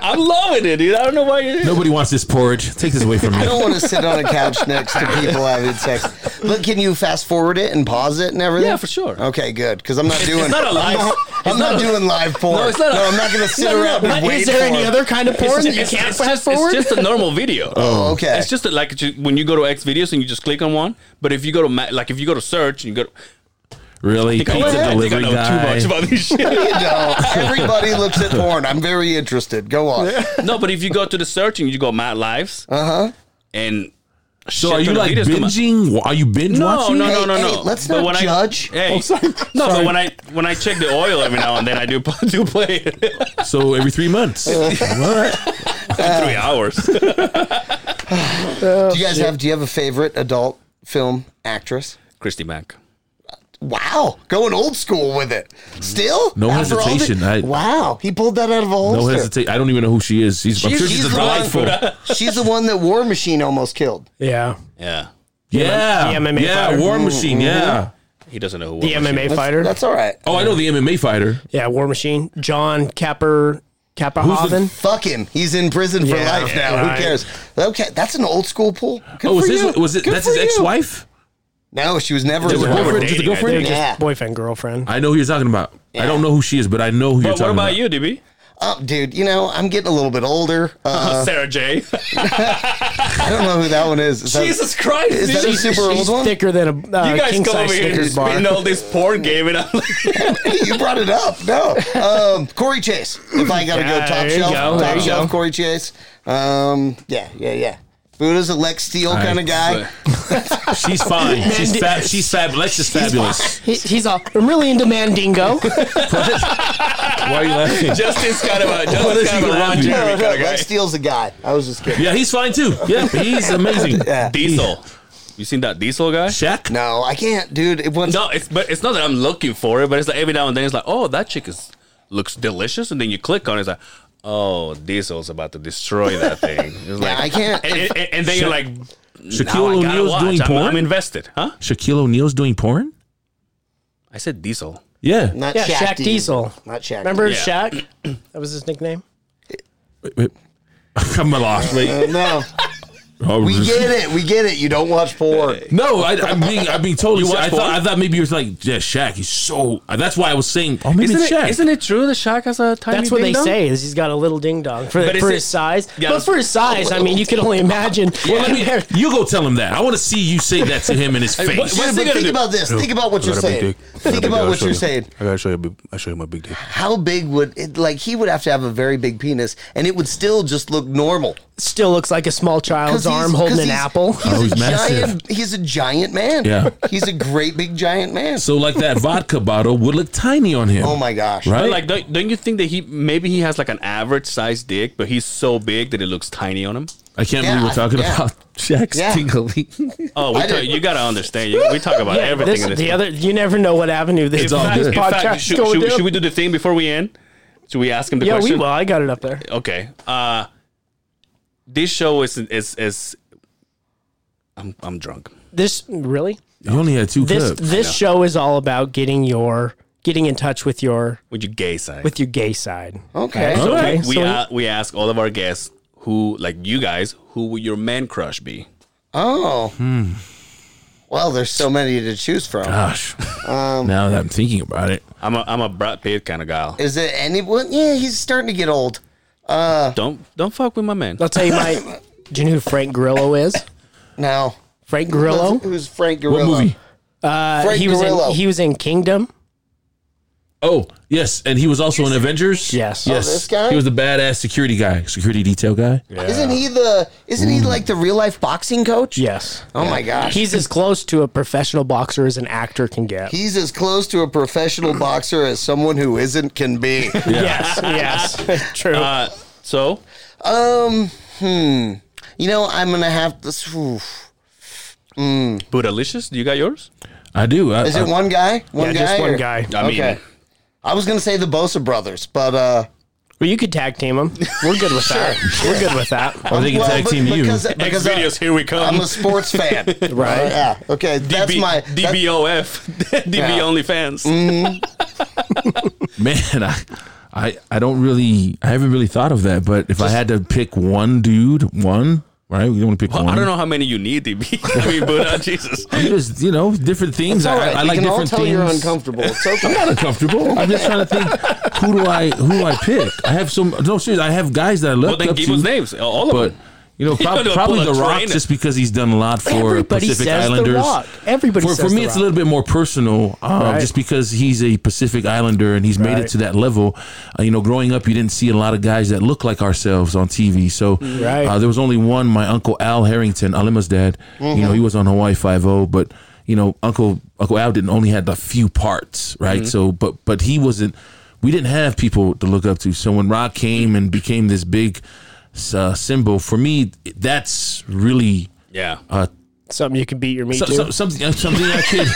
I'm loving it, dude. I don't know why. You're
Nobody wants this porridge. Take this away from
I
me.
don't want to sit on a couch next to people having sex. But can you fast forward it and pause it and everything?
Yeah, for sure.
Okay, good. Because I'm not doing.
it's not a live.
I'm
it's
not,
a-
doing live porn. No,
No, it's not a-
I'm not going to sit
No, no,
around
no,
and
but
wait
Is there
for
any
it.
other kind of porn that you
it's-
can't
it's-
fast forward?
It's just a normal video.
Oh, okay.
It's just that, like ju- when you go to X videos and you just click on one, but if you go to ma- like if you go to search and you go, to,
Really?
I
Pizza
think I
delivery
know too
guy.
much about this shit.
you know, everybody looks at porn. I'm very interested. Go on.
No, but if you go to the search and you go Matt Lives, uh huh, and
So are you like binging? Are you binge
No, no,
watching?
no, no,
Hey,
no.
hey, let's
But
not
when I-
judge.
hey,
Oh,
no, but when I when I check the oil every now and then, I do do play it
So every three months. All right.
three hours.
do you guys have? Do you have a favorite adult film actress?
Christy Mack.
Wow, going old school with it. Still,
No
After all the-
hesitation. I-
wow, he pulled that out of a holster.
No hesitate. I don't even know who she is. She's, I'm sure she's,
she's the
delightful.
one- She's the one that War Machine almost killed.
yeah.
Yeah,
Yeah.
The MMA
yeah.
fighter.
Mm-hmm.
War Machine. Yeah.
he doesn't know who.
The MMA fighter.
That's all right.
Oh, I know the MMA fighter.
yeah, War Machine. John Capper Kapperhoven.
Fuck him. He's in prison for
Yeah,
life now.
right.
Who cares? Okay, that's an old school pool. Good
Oh, was
for
his?
you.
Was it?
Good
that's
for
his
you.
ex-wife.
No, she was never.
His
his
were
girlfriend?
girlfriend.
Is it the
dating, I
girlfriend?
Yeah.
Boyfriend, girlfriend.
I know who you're talking about. I don't know who she is, but I know who you're
But
talking
what
about.
about you, DB?
Oh, dude, you know, I'm getting a little bit older. Uh,
Sarah J.
I don't know who that one is. Is that-
Jesus Christ!
is that
dude.
a super old
She's
one?
thicker than a
you
uh,
guys
king
come
size
over here and
Snickers bar.
spitting all this porn game, and I'm like,
you brought it up. No. Um, Corey Chase. If I got to go
Yeah,
top
there you
shelf,
go, there
top
you
shelf
go.
Corey Chase. Um, yeah, yeah, yeah. Buddha's a Lex Steele
right,
kind of guy.
She's fine. She's fab. She's fab. Lex is fabulous.
He, he's all, I'm really into Mandingo.
Why are you laughing?
Justin's kind of a
What
Justin's
is
kind
he
of a
gonna
Ron
do?
No,
Jeremy
no,
kind of guy.
Lex Steele's a guy. I was just kidding.
Yeah, he's fine too. Yeah, he's amazing.
Diesel. You seen that Diesel guy?
Shaq.
No, I can't, dude. It was
No, it's but it's not that I'm looking for it, but it's like every now and then it's like, oh, that chick is looks delicious, and then you click on it, it's like, oh, Diesel's about to destroy that thing. It's like,
I can't.
And, and- and- and then you're like, now
Shaquille
I gotta
O'Neal's
watch.
doing
I'm,
porn?
I'm invested, huh?
Shaquille O'Neal's doing porn.
I said Diesel.
Yeah.
Not
Yeah,
Shaq,
Shaq Diesel.
Not Shaq.
Remember
Yeah.
Shaq? That was his nickname.
Wait, wait. I'm lost. Wait.
Diesel. No, we get it. We get it. You don't watch porn.
Oh, No, I, I'm being I'm being totally.
You watch
I thought
porn?
I thought maybe it was like yeah, Shaq. He's so. That's why I was saying. Oh, maybe
Isn't
it's
it,
Shaq.
isn't it true that Shaq has a tiny
That's what they
ding-dong?
say. Is he's got a little ding dong for,
But is
for
it-
his size.
Yeah,
but
it's-
for his size, I mean, you can only imagine.
Well, let me, you go tell him that. I want to see you say that to him in his face.
what-
Dude,
What's he
but
gonna
think
do?
about this. Think about what you're saying. Think about what you're saying. I gotta show you. I show you my big dick. How big would it, like he would have to have a very big penis, and it would still just look normal.
Still looks like a small
'Cause
child's
he's-
arm
'cause
holding an
he's-
apple.
He's
Oh,
a
he's massive.
giant. He's a giant man.
Yeah.
he's a great big giant man.
so like that vodka bottle would look tiny on him.
Oh my gosh.
Right?
But like, don't, don't you think that he maybe he has like an average size dick, but he's so big that it looks tiny on him?
I can't
Yeah,
believe we're talking
yeah.
about Shaq's
Yeah.
tingly.
Oh, we
I
talk,
didn't-
you gotta understand. You, we talk about
Yeah,
everything
this-
in this.
the
thing.
other, you never know what avenue this,
It's all
this
good.
In
podcast
fact, should,
is going
should-
down.
should we do the thing before we end? Should we ask him the
yeah,
question?
we will. I got it up there.
Okay. Uh, this show is is is. I'm I'm drunk.
This really
You only had two
this
cups.
this show is all about getting your getting in touch with your
With your gay side.
with your gay side.
Okay.
so
Okay,
we we,
so-
a- we ask all of our guests who like you guys who would your man crush be?
Oh.
Hmm.
Well, there's so many to choose from.
Gosh.
Um,
now that I'm thinking about it,
I'm a I'm a Brad Pitt kind of guy.
Is it anyone? Yeah, he's starting to get old.
Don't don't fuck with my man.
I'll tell you my. do you know who Frank Grillo is?
No.
Frank Grillo.
Who's Frank
what
Gorilla?
movie?
Uh,
Frank
he was
Grillo.
in he was in Kingdom.
Oh yes, and he was also in Avengers.
Yes.
yes.
Oh, this guy?
He was the badass security guy, security detail guy.
Isn't he the? Isn't
Mm.
he like the real life boxing coach?
Yes.
Oh my gosh.
He's as close to a professional boxer as an actor can get.
He's as close to a professional boxer as someone who isn't can be.
Yes, yes, true.
Uh, so
Um, hmm. You know, I'm gonna have to. oof.
Bootylicious, you got yours?
I do. I,
Is it
I-
one guy? One
yeah,
guy.
just one
or-
guy.
I mean,
Okay. I was gonna say the Bosa brothers, but uh,
Well, you could tag team him. We're good with that. We're good with that.
Or Oh, they can
well,
tag
but-
team you.
because, because uh, I-
videos here we come.
I'm a sports fan, right? yeah. Okay, that's
DB,
my that-
DBOF, DB
Yeah. Mm.
only fans.
Man, I, I I don't really I haven't really thought of that, but if I had to pick one dude, one, right? You want to pick one.
I don't know how many you need, DB. I mean, Buddha, Jesus.
There's, you know, different things.
It's all right.
I, I
you
like
can all
different
tell
things.
you're uncomfortable. It's okay.
I'm not uncomfortable. I'm just trying to think who do I who do I pick? I have some no seriously, I have guys that I
Well,
look
then
up
give
to,
us names. All of
but
them.
you know, prob-
gonna
probably
pull a
The Rock
train.
just because he's done a lot for
Everybody
Pacific
says The
Islanders.
Rock. Everybody
for,
says
for me,
The
it's
Rock.
a little bit more personal, um,
Right.
just because he's a Pacific Islander and he's made
Right.
it to that level. Uh, you know, growing up, you didn't see a lot of guys that look like ourselves on TV. So
Right.
uh, there was only one. My uncle Al Harrington, Alima's dad. You know, he was on Hawaii Five O, but you know, Uncle Uncle Al didn't only had a few parts, right? So, but but he wasn't. We didn't have people to look up to. So when Rock came and became this big uh, symbol for me, that's really
Yeah.
uh,
Something you can beat your meat
so,
to.
so, something, uh, something I could,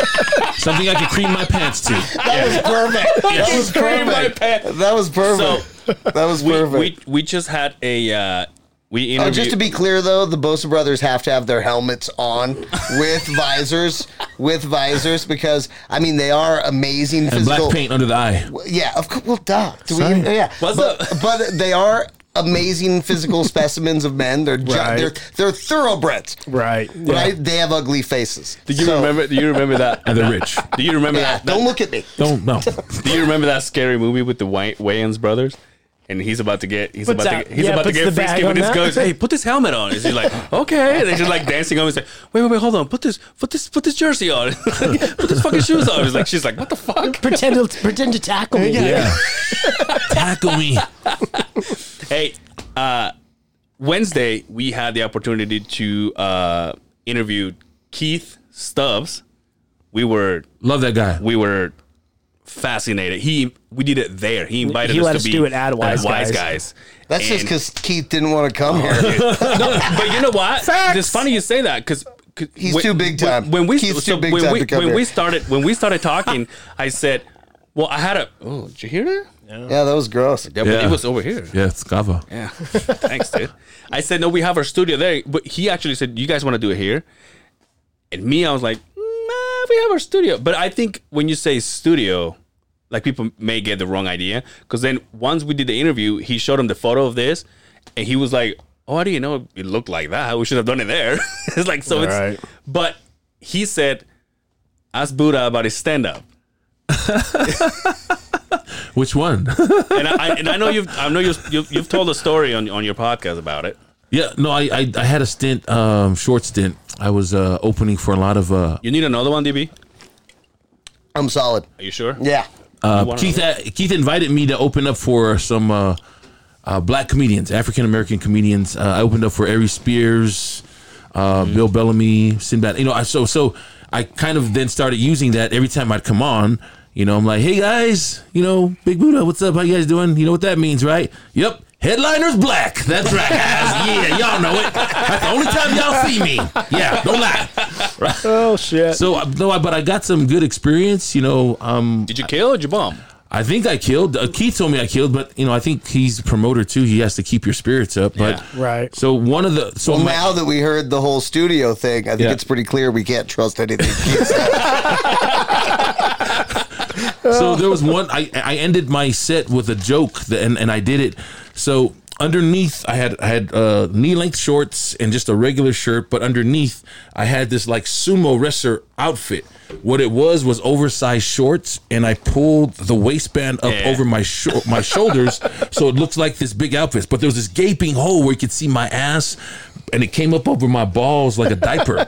something I could cream my pants to.
That was perfect. That was
Cream my
perfect.
pants.
That was perfect. that was
We,
perfect.
we, we just had a. Uh, we
Oh,
interviewed.
just to be clear, though, the Bosa brothers have to have their helmets on with visors, with visors, because I mean they are amazing
And black
physical.
paint under the eye.
Yeah, of course. Well, duh. Do we,
Sorry.
yeah,
What's
but,
up?
but they are amazing physical specimens of men. They're ju-
Right.
they're they're thoroughbreds,
right. Yeah.
right? They have ugly faces.
do you
So,
remember? Do you remember that?
And they're rich.
Do you remember
Yeah,
that?
don't look at me.
Don't no.
Do you remember that scary movie with the Way- Wayans brothers? and he's about to get he's
Puts
about
out-
to get, he's
yeah,
about to
puts
get
the bag
frisky with
on
his
that.
goes. Hey, put this helmet on. And she's like, okay. And they're just like dancing on. He's like, wait, wait, wait, hold on. Put this, put this, put this jersey on. put this fucking shoes on. He's like, she's like, what the fuck?
pretend to pretend to tackle me.
Yeah. Tackle me.
Hey, uh, Wednesday we had the opportunity to uh, interview Keith Stubbs. We were
Love that guy.
we were fascinated. He we did it there. He invited
He
us
let
to
us
be
do it at Wise Guys.
Guys.
That's just
And-
because Keith didn't want to come
Oh,
here.
but you know what? It's funny you say that because
He's too big time.
When we
Keith's
so
too big
when
time
we
to come
when
here.
we started when we started talking, I said, "Well, I had a oh, did you hear that?
Yeah, that was gross.
Yeah, but
Yeah.
it was over here.
Yeah, Scava.
Yeah, thanks, dude. I said, "No, we have our studio there," but he actually said, "You guys want to do it here?" And me, I was like, nah, "We have our studio," but I think when you say studio. Like people may get the wrong idea, because then once we did the interview, he showed him the photo of this, and he was like, "Oh, I didn't know it looked like that. We should have done it there." it's like so. It's
Right.
but he said, "Ask Buddha about his stand-up,"
Which one?
and I, I and I know you've I know you've you've, you've told a story on on your podcast about it.
yeah, no, I, I I had a stint, um, short stint. I was uh, opening for a lot of uh,
You need another one, DB?
I'm solid.
Are you sure?
Yeah.
Uh, Keith uh, Keith invited me to open up for some uh, uh, black comedians, African American comedians. Uh, I opened up for Ari Spears, uh, Bill Bellamy, Sinbad. You know, I, so so I kind of then started using that every time I'd come on. You know, I'm like, hey guys, you know, Big Buddha, what's up? How you guys doing? You know what that means, right? Yep. Headliner's black. That's right, guys. Yeah, y'all know it. That's the only time y'all see me. Yeah, don't lie.
Oh shit.
So, uh, no, I- but I got some good experience. You know, um,
Did you kill or did you bomb?
I think I killed. Uh, Keith told me I killed, but you know, I think he's a promoter too. He has to keep your spirits up. But
Yeah. Right.
So one of the so
Well,
my-
now that we heard the whole studio thing, I think
Yeah.
it's pretty clear we can't trust anything. Keith said.
Oh.
so there was one. I I ended my set with a joke, that, and and I did it. So underneath, I had I had uh, knee length shorts and just a regular shirt, but underneath, I had this like sumo wrestler outfit. What it was was oversized shorts, and I pulled the waistband up
Yeah.
over my sho- my shoulders, so it looked like this big outfit. But there was this gaping hole where you could see my ass, and it came up over my balls like a diaper.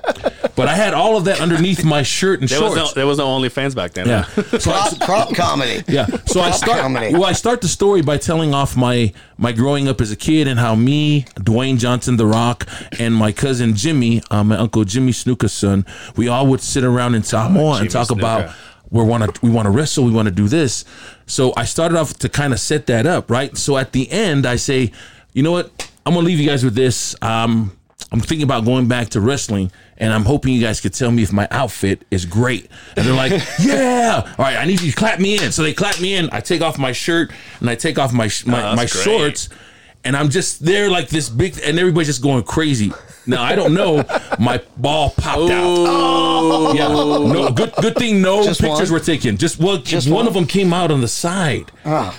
but I had all of that underneath my shirt and
There
shorts.
was no there was no OnlyFans back then.
yeah.
huh?
So I-
prop, prop comedy.
yeah. So I start.
comedy.
Well, I start the story by telling off my my growing up as a kid and how me, Dwayne Johnson, The Rock, and my cousin Jimmy, uh, my uncle Jimmy Snuka's son, we all would sit around in Samoa and talk about we want to we want to wrestle, we want to do this. So I started off to kind of set that up, right? So at the end, I say, you know what? I'm gonna leave you guys with this. Um, I'm thinking about going back to wrestling, and I'm hoping you guys could tell me if my outfit is great. And they're like, "Yeah, all right, I need you to clap me in." So they clap me in. I take off my shirt and I take off my sh- my, my
Oh, that's great.
shorts, and I'm just there like this big, and everybody's just going crazy. Now I don't know, my ball popped out. Yeah, no, good good thing no
Just
pictures
one?
were taken. Just well,
Just
one,
one?
of them came out on the side.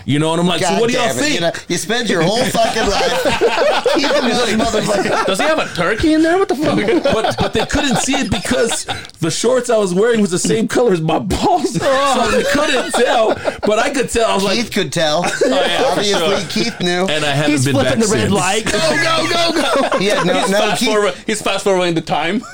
you know, and I'm like,
God
so what do y'all
damn it,
think?
You, know, you spend your whole fucking life keeping those motherfuckers.
Does he have a turkey in there? What the fuck?
but but they couldn't see it because the shorts I was wearing was the same color as my balls, so
Ah.
they couldn't tell. But I could tell. I was
Keith
like, Oh,
could tell.
for
Obviously,
sure.
Keith knew.
and I haven't
He's
been back
flipping the
since.
red light.
go go go go.
He had no,
he's,
no
fast
Keith,
forward, he's fast forwarding the time.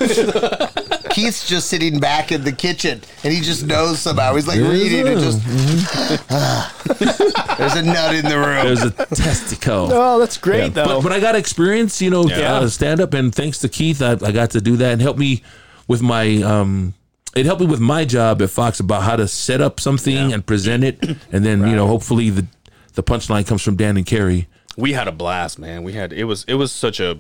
Keith's just sitting back in the kitchen, and he just knows somehow. He's like reading and just. There's a nut in the
Mm-hmm.
room.
There's a testicle.
Oh, that's great
Yeah,
though.
But, but I got experience, you know,
Yeah.
uh, stand up, and thanks to Keith, I, I got to do that and help me with my. Um, it helped me with my job at Fox about how to set up something and present it, and then you know, hopefully the the punchline comes from Dan and Carrie.
we had a blast, man. We had it was it was such a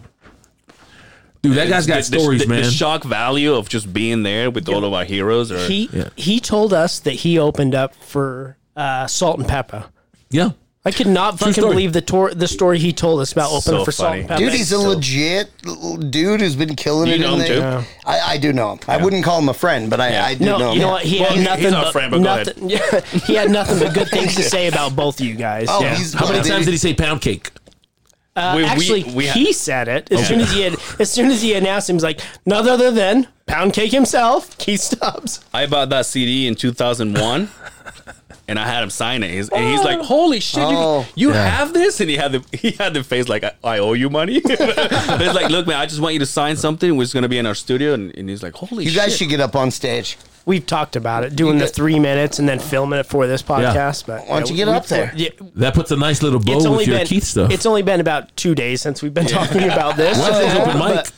Dude, that guy's got
the- the-
stories,
the,
man.
The shock value of just being there with all of our heroes. Or,
he he told us that he opened up for uh, Salt and Pepper.
yeah.
I could not fucking
story.
believe the tor- the story he told us about opening
So
for Salt and
funny.
Pepper.
Dude, he's a legit l- dude who's been killing
You
it.
know
in
him
the,
too?
I, I do know him. I wouldn't call him a friend, but I, I do
no,
know him.
you know
yeah.
what? He
Well,
had
he's-
nothing.
he's our
but,
friend, but go ahead.
nothing Yeah, he had nothing but good things to say about both of you guys.
Oh,
yeah.
he's
How many times did he say pound cake?
Uh,
We- we-
actually,
we had-
he said it as soon as he had, as soon as he announced him. He was like, none other than Pound Cake himself, Keith Stubbs.
I bought that CD in 2001, and I had him sign it. He's, And he's like, "Holy shit,
Oh.
you, you
Yeah.
have this!" And he had the he had the face like, "I, I owe you money." but it's like, "Look, man, I just want you to sign something. It's going to be in our studio." And, and he's like, "Holy,
You guys
shit.
should get up on stage.
We've talked about it, doing the three minutes and then filming it for this podcast. But
Why don't you get
we-
up there?
Yeah,
That puts a nice little bow
it's only
with your
been
Keith stuff.
it's only been about two days since we've been talking about this.
Wednesday's
Yeah,
open mic.
but-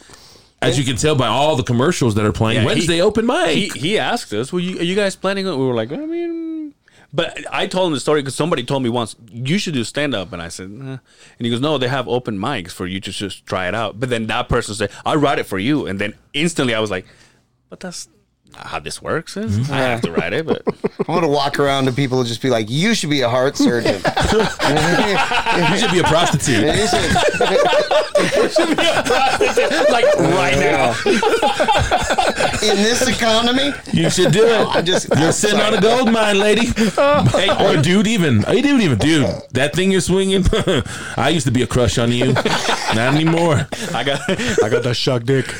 As you can tell by all the commercials that are playing,
Yeah,
Wednesday
he-
open mic.
He he asked us, "Well, you, are you guys planning on?" We were like, "I mean," but I told him the story because somebody told me once you should do stand up, and I said, "Nah." and he goes, "No, they have open mics for you to just try it out." But then that person said, "I write it for you," and then instantly I was like, "But that's." not How this works is
Mm-hmm.
I have to write it, but
I'm gonna walk around and people will just be like, "You should be a heart surgeon."
you should be a prostitute.
You should-
like right now,
in this economy,
You should do it.
I'm just
You're
I'm
sitting
sorry.
on a gold mine, lady. hey, or dude, even. Hey, dude, even. Dude, that thing you're swinging, I used to be a crush on you. Not anymore.
I got.
I got that shock dick.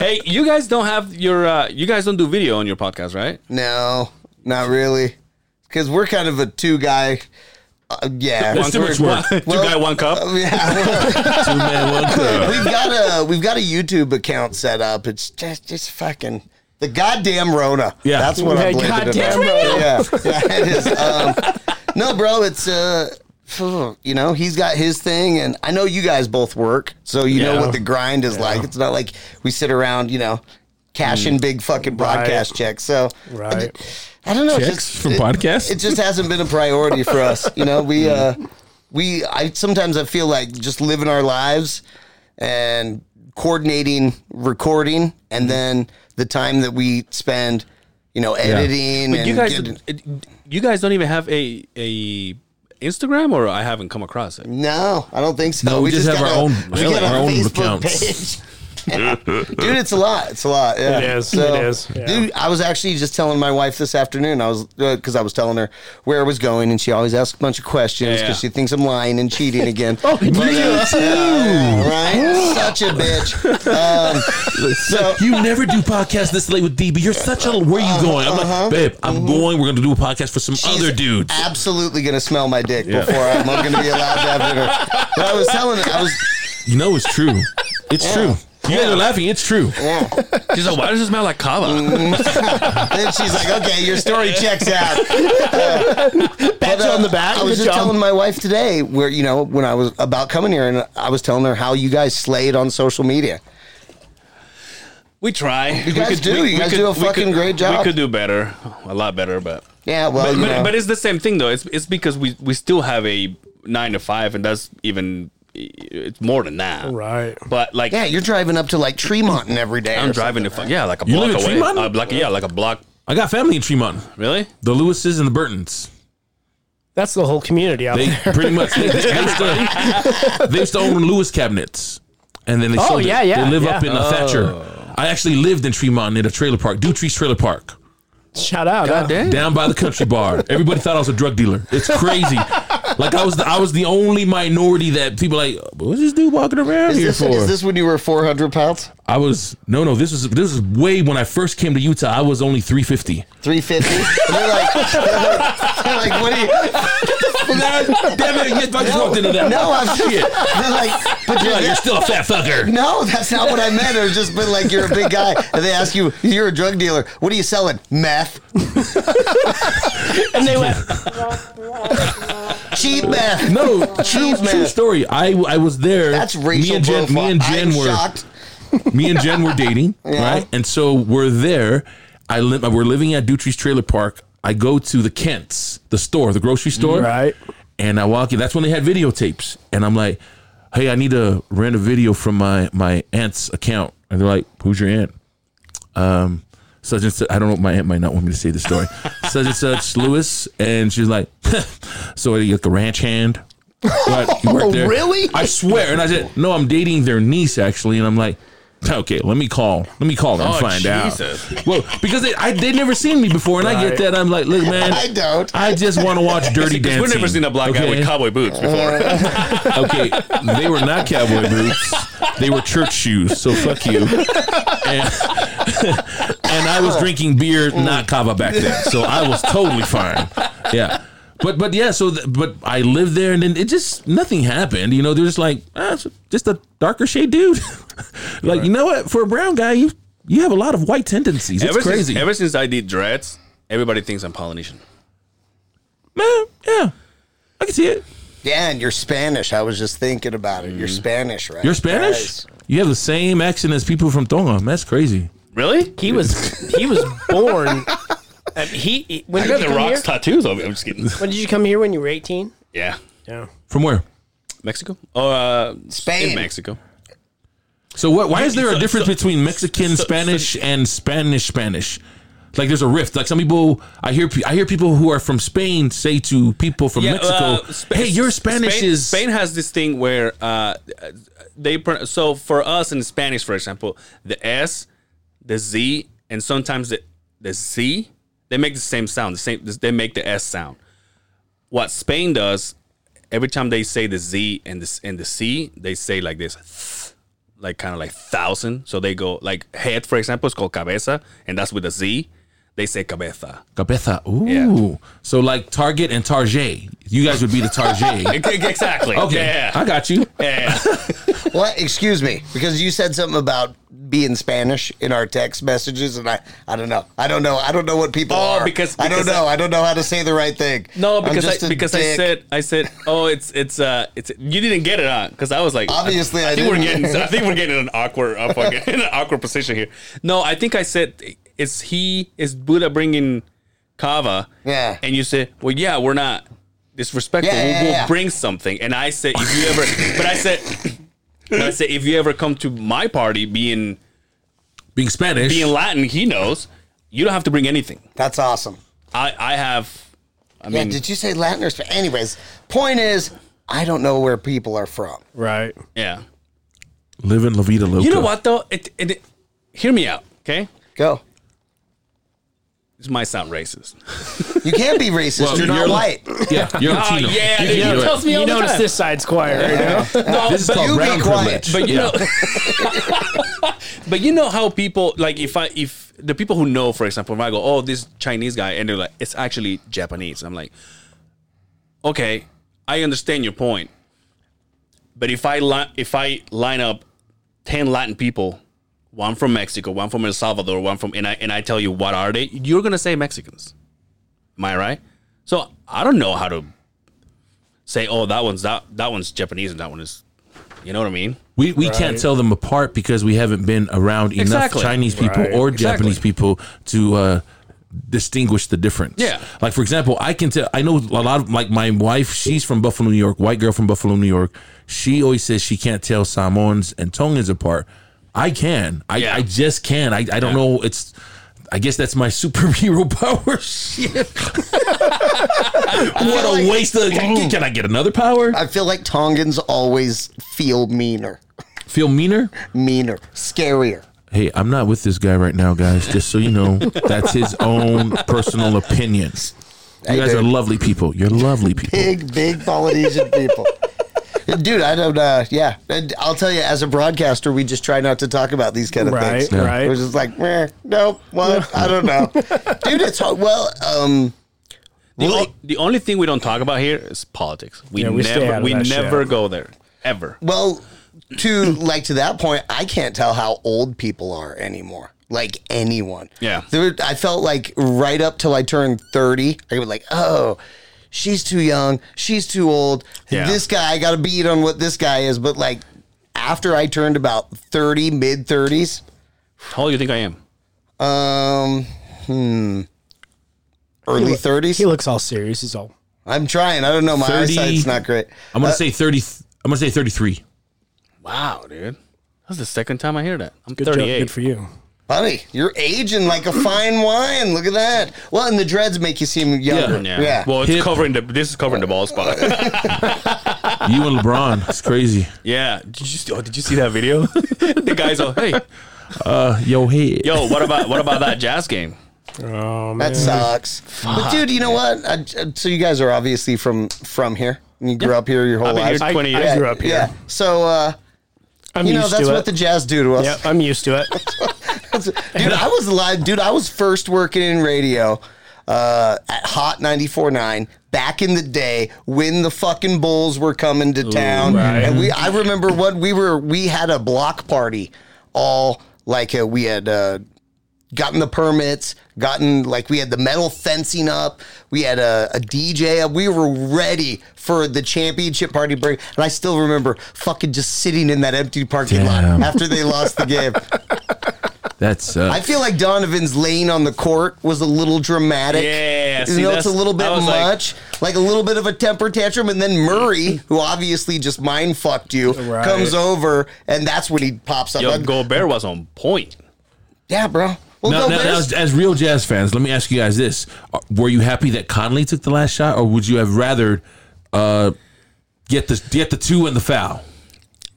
Hey, you guys don't have your. Uh, you guys don't do video on your podcast, right?
No, not really, because we're kind of a two guy. Uh, yeah,
That's too much work.
Two guy, one cup.
Uh, yeah.
Two man, one club.
we've got a we've got a YouTube account set up. It's just just fucking the goddamn Rona.
Yeah.
that's what
Yeah,
I'm blaming it
goddamn
on. Yeah, yeah, it is. Um, no, bro, it's uh, you know, he's got his thing, and I know you guys both work, so you know
Yeah.
what the grind is like. It's not like we sit around, you know, cashing big fucking broadcast checks. So I
Right.
d- I, don't know it's
Checks
just-
from
it-
podcasts?
It just hasn't been a priority for us. You know, we uh,
Mm.
we I sometimes I feel like just living our lives and coordinating recording,
Mm-hmm.
and then the time that we spend, you know, editing.
But
and
you guys,
getting-
it- you guys don't even have a a Instagram, or I haven't come across it.
No, I don't think so.
No, we just have
got
our
a-
own-
we
really,
got a
our own
Facebook
accounts.
page. Yeah. Dude, it's a lot. It's a lot. Yeah.
It is. It is. Yeah.
Dude, I was actually just telling my wife this afternoon. I was because I was telling her where I was going, and she always asks a bunch of questions
Yeah,
because
yeah.
she thinks I'm lying and cheating again. oh, but, uh, yeah, right? Such a bitch. Um, so
You never do podcasts this late with DB. You're such a. Where you going? I'm like, babe, I'm going. We're going to do a podcast for some other dudes.
absolutely gonna smell my dick before I'm gonna be allowed to have dinner. But I was telling her, I was.
You know, it's true. It's true. You guys are laughing. It's true.
Yeah.
She's like, why does it smell like
Mm.
kava?
then she's like, "Okay, your story checks out." Pat
on the back.
I was
Good
just
job.
telling my wife today, where you know, when I was about coming here, and I was telling her how you guys slayed on social media.
We try. You
guys do. You guys do a fucking great job.
We could do better, a lot better, but
Yeah, well,
but,
you
but,
know,
but it's the same thing though. It's it's because we we still have a nine to five, and that's even it's more than that,
Right.
But like,
yeah, you're driving up to like Tremonton every day.
I'm
or
driving to fuck, yeah, like a
You
block
live in
away,
Fremont?
uh, like yeah, like a block.
I got family in Tremont.
Really?
The Lewises and the Burtons.
That's the whole community out
They
there.
pretty much they, they, used to, they used to own Lewis cabinets, and then they
Oh,
sold
yeah,
it.
yeah,
they live
yeah.
up in a
Oh.
Thatcher. I actually lived in Tremont in a trailer park, Dutree's trailer park,
Shout out. huh?
down by the country bar. Everybody thought I was a drug dealer. It's crazy. like I was, the, I was the only minority that people like. What's this dude walking around
Is
here
this,
for?
is this when you were 400 pounds?
I was no, no. This was this is way when I first came to Utah. I was only three fifty.
350? they're, like, they're, like, they're like, what are you?
Damn it! Yes, I just walked into that.
No, I'm
Shit.
They're like, but you're,
Yeah, you're
this-
still a fat fucker.
No, that's not what I meant. It was just been like you're a big guy, and they ask you, "You're a drug dealer. What are you selling? Meth,
And they went,
cheap meth."
No, true,
Jeez, man.
true story. I I was there.
That's racial
me and Jen,
profile.
Me and Jen
I'm
were
shocked.
me and Jen were dating, right? And so we're there. I li- we're living at Dutry's trailer park. I go to the Kent's, the store, the grocery store,
Right.
And I walk in. That's when they had videotapes, and I'm like, "Hey, I need to rent a video from my my aunt's account." And they're like, "Who's your aunt?" Um, such and such. I don't know. My aunt might not want me to say the story. such and such, Lewis, and she's like, "So are you like a ranch hand?" Right, you work there.
Really?
I swear. And I said, no, I'm dating their niece actually. And I'm like, okay, let me call. Let me call them and
Oh,
find
Jesus.
out. Well, because they I, they never seen me before, and I get that. I'm like, look, man,
I don't.
I just want to watch Dirty
Because
Dancing.
we've never seen a black guy with cowboy boots
Uh,
before.
Okay, they were not cowboy boots. They were church shoes. So fuck you. And, and I was drinking beer, not kava back then, so I was totally fine. Yeah, but but yeah, so th- but I lived there, and then it just nothing happened. You know, they're just like ah, it's just a darker shade dude. like you know what, for a brown guy, you you have a lot of white tendencies. It's
ever
crazy,
Since, ever since I did dreads, everybody thinks I'm Polynesian.
man. Yeah, I can see it.
Yeah, and you're Spanish. I was just thinking about it. You're
Mm.
Spanish, right?
You're Spanish. You have the same accent as people from Tonga. That's crazy.
Really?
He was he was born. I mean, he- he when
I
did
got
you
the
come here?
rocks tattoos of it. I'm just kidding.
When did you come here? When you were eighteen?
yeah.
Yeah.
From where?
Mexico? Oh, uh,
Spain.
In Mexico.
So what? Why is there a difference between Mexican Spanish and Spanish Spanish? Like there's a rift. Like some people, I hear, pe- I hear people who are from Spain say to people from Mexico,
uh, Spa-
"Hey, your Spanish
Spain,
is."
Spain has this thing where uh, they pro- so for us in Spanish, for example, the S, the Z, and sometimes the the C, they make the same sound. The same they make the S sound. What Spain does every time they say the Z and the s- and the C, they say like this. "th," Like kind of like thousand, so they go like head, for example, is called cabeza, and that's with a Z. They say cabeza.
Cabeza. Ooh.
Yeah.
So like Target and Target. You guys would be the Target.
exactly.
okay.
Yeah.
I got you.
yeah.
What? Excuse me, because you said something about being Spanish in our text messages, and I, I don't know, I don't know, I don't know what people
Oh,
are.
because-
I don't
because I-
know, I, don't know how to say the right thing.
No,
I'm just
because I,
a
because I
dick.
said I said oh it's it's uh it's you didn't get it on because I was like
Obviously, I
think we're
didn't.
getting I think we're getting an awkward uh, fucking, in an awkward position here. No, I think I said is he is Buddha bringing kava?
Yeah.
and you said well yeah we're not disrespectful.
Yeah,
we'll,
yeah,
we'll
yeah.
bring something, and I said if you ever but I said but I said if you ever come to my party being
Being Spanish.
being Latin, he knows you don't have to bring anything.
that's awesome.
I I have. I
Yeah,
mean,
did you say Latin or Spanish? Anyways, point is, I don't know where people are from.
Right.
yeah.
living La Vida Loca.
You know what though? It, it, it- hear me out, okay?
Go.
This might sound racist.
You can't be racist.
Well,
you're not
you're-
white.
Yeah. You're
Ah,
Latino.
yeah, dude,
You can
he
do it.
tells me all
You
the
notice
time.
this side's quiet right now.
No,
This is
but,
called
you be
brown
quiet.
privilege.
but you
Yeah.
know, but you know how people like if I if the people who know, for example, if I go, oh, this Chinese guy, and they're like, it's actually Japanese. I'm like, okay, I understand your point, but if I li- if I line up ten Latin people. One from Mexico, one from El Salvador, one from and I and I tell you what are they? You're gonna say Mexicans, am I right? So I don't know how to say, oh, that one's that that one's Japanese and that one is, you know what I mean?
We, we can't tell them apart because we haven't been around enough
Exactly.
Chinese people
Right.
or
Exactly.
Japanese people to uh, distinguish the difference.
Yeah.
Like for example, I can tell. I know a lot of like my wife. She's from Buffalo, New York. White girl from Buffalo, New York. She always says she can't tell Samoans and Tongans apart. I can. I,
Yeah.
I just can. I, I don't know. It's. I guess that's my superhero power. Shit. what a
like-
waste of. Can I get another power?
I feel like Tongans always feel meaner,
Feel meaner?
meaner, scarier.
Hey, I'm not with this guy right now, guys. Just so you know, that's his own personal opinion. You
Hey,
guys are
dude.
lovely people. You're lovely people.
big, big Polynesian people. Dude, I don't. Uh, yeah, And I'll tell you. As a broadcaster, we just try not to talk about these kind of
Right.
things.
Right.
We're just like, meh, nope, what? I don't know, dude. It's hard. Well, um,
The, o- the only thing we don't talk about here is politics. We
Yeah, we stay out
never
of
we
that shit.
never go there ever.
well, to like to that point, I can't tell how old people are anymore. Like anyone.
Yeah.
There, I felt like right up till I turned thirty, I was like, oh. She's too young. She's too old.
Yeah.
This guy, I got to beat on what this guy is. But like, after I turned about thirty, mid thirties,
How old do you think I am?
Um, hmm. Early thirties.
He looks all serious. He's all.
I'm trying. I don't know. My
30
eyesight's not great.
I'm gonna say thirty. I'm gonna say thirty-three.
Wow, dude. That's the second time I hear that. I'm
Good job.
38.
Good for you.
Buddy, you're aging like a fine wine. Look at that. Well, and the dreads make you seem younger. Yeah.
yeah. Well, it's covering the this is covering the ball spot.
You and LeBron. It's crazy.
yeah. Did you see- oh, did you see that video? the guys all, "Hey,
Yo, hey.
yo, what about what about that jazz game?"
Oh man.
that sucks. But dude, you know what? I, I- so you guys are obviously from from here. You grew up here your whole
I've been here
life.
20 years.
I grew up here.
Yeah. So uh,
I'm
you know
used
that's
to
what
it.
the jazz do to us.
yeah, I'm used to it.
was, dude, I was live, dude. I was first working in radio uh, at Hot 94.9 back in the day when the fucking Bulls were coming to town, and we. I remember what we were. We had a block party, all like uh, we had. Uh, gotten the permits, gotten like we had the metal fencing up, we had a, a DJ up, we were ready for the championship party break. And I still remember fucking just sitting in that empty parking
Damn.
lot after they lost the game.
That's uh,
I feel like Donovan's lane on the court was a little dramatic.
Yeah,
you
see,
know, it's a
that's-
little bit
I was like-
much, like, a little bit of a temper tantrum, and then Murray, who obviously just mind fucked you, comes over, and that's when he pops up.
Yo,
I'm-
Gobert was on point.
yeah, bro. Well,
now,
no,
now, now, as, as real jazz fans. Let me ask you guys this: Are- Were you happy that Conley took the last shot, or would you have rather uh, get the get the two and the foul?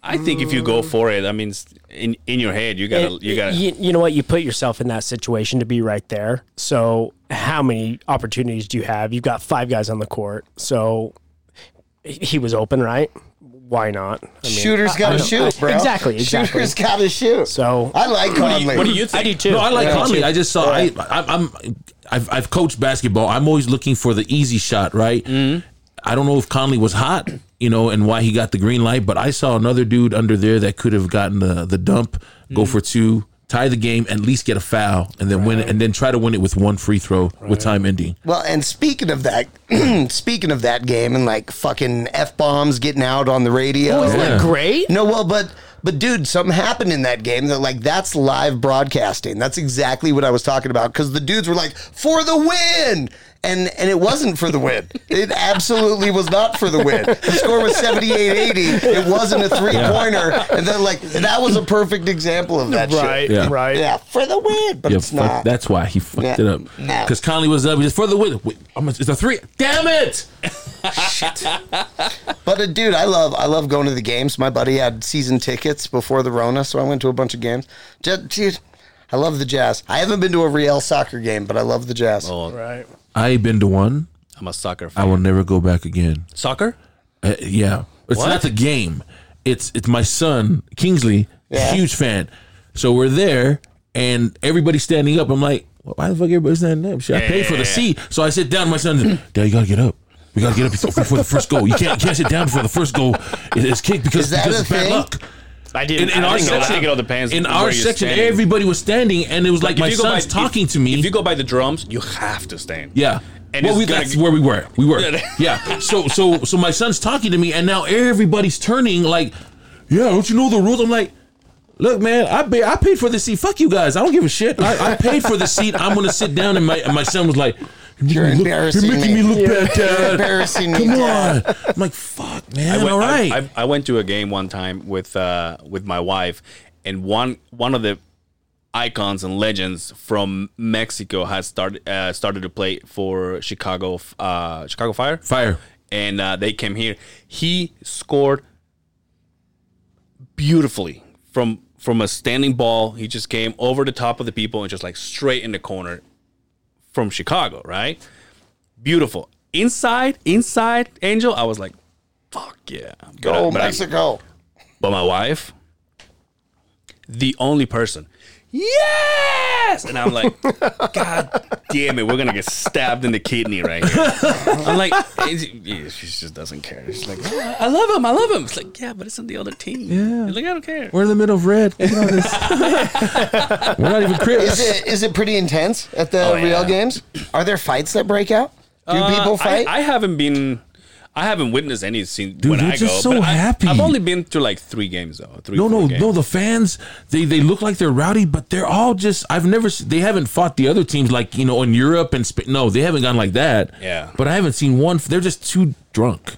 I think if you go for it, I mean, it's in in your head, you gotta, you gotta.
you, you know what? You put yourself in that situation to be right there. So, how many opportunities do you have? You've got five guys on the court. So, he- he was open, right? Why not? I mean,
Shooters got to
don't-
shoot, bro.
Exactly, exactly.
Shooters got to shoot.
So-
I like Conley.
what do you think?
I do too.
No, I like
Yeah.
Conley. I just saw. I, I, I'm. I've, I've coached basketball. I'm always looking for the easy shot, right?
Mm-hmm.
I don't know if Conley was hot, you know, and why he got the green light, but I saw another dude under there that could have gotten the the dump,
Mm.
go for two, tie the game, at least get a foul, and then win, and then try to win it with one free throw with time ending.
Well, and speaking of that, speaking of that game and like fucking f bombs getting out on the radio.
Isn't that
Yeah.
great?
No, well, but but dude, something happened in that game that like that's live broadcasting. That's exactly what I was talking about because the dudes were like for the win. And, and it wasn't for the win. It absolutely was not for the win. The score was 78 80. It wasn't a three pointer. And then, like, that was a perfect example of that
Right,
shit.
Yeah.
right.
Yeah, for the win, but
Yeah,
it's
fuck-
not.
That's why he fucked
Yeah.
it up.
No.
Because Conley was up. He just for the win. Wait, I'm a, it's a three. Damn it!
But uh, dude, I love I love going to the games. My buddy had season tickets before the Rona, so I went to a bunch of games. Just, dude, I love the Jazz. I haven't been to a real soccer game, but I love the Jazz.
Oh,
Right.
I've been to one.
I'm a soccer
I
fan.
will never go back again.
Soccer?
Uh, yeah, it's not the game. It's it's my son Kingsley,
Yeah.
huge fan. So we're there, and everybody's standing up. I'm like, why the fuck everybody's standing up? Shit, I paid for the seat, so I sit down. My son's, Dad, you gotta get up. We gotta get up before, before the first goal. You can't, you can't sit down before the first goal is is kicked because,
Is that
because
a
it's bad
thing?
luck.
I didn't.
In, in our section,
Take it all depends.
in
on
our
where you're
section,
standing.
everybody was standing, and it was like,
If
my
you go
son's
by-
talking
if-
to me.
If you go by the drums, you have to stand.
Yeah.
And
well,
it's
we,
gonna
that's
g-
where we were. We were.
Yeah.
yeah. So so so my son's talking to me, and now everybody's turning like, yeah, don't you know the rules? I'm like, look, man, I pay, I paid for the seat. Fuck you guys. I don't give a shit. I, I paid for the seat. I'm gonna sit down. And my and my son was like, you're, making me look-
embarrassing
You're making
me.
me look bad,
You're
Dad.
embarrassing me,
Come
Dad.
on. I'm like, fuck, man.
I went,
all
I-
right.
I, I went to a game one time with uh, with my wife, and one one of the icons and legends from Mexico had started uh, started to play for Chicago uh, Chicago Fire,
Fire.
and uh, they came here. He scored beautifully from from a standing ball. He just came over the top of the people and just like straight in the corner from Chicago, right? Beautiful. Inside, inside, Angel, I was like, fuck yeah. But I-
Go
but I-
Oh, Mexico.
but my wife, the only person, yes! And I'm like, God damn it, we're gonna get stabbed in the kidney right here. I'm like, it's- yeah, she just doesn't care. She's like, "Oh, I love him, I love him. It's like, yeah, but it's on the other team. Yeah. Like, I don't care.
We're in the middle of red. Look at all this. We're not even
Is
Chris.
it is it pretty intense at the
Oh, yeah.
real games? Are there fights that break out? Do
Uh,
people
I-
fight?
I, haven't been. I haven't witnessed any scene when
you're
I go.
just so
but I,
happy.
I've only been to like three games though. Three,
No,
four
no,
games.
no. The fans, they they look like they're rowdy, but they're all just. I've never. se- They haven't fought the other teams like you know in Europe and Spain. No, they haven't gone like that.
Yeah.
But I haven't seen one. They're just too drunk.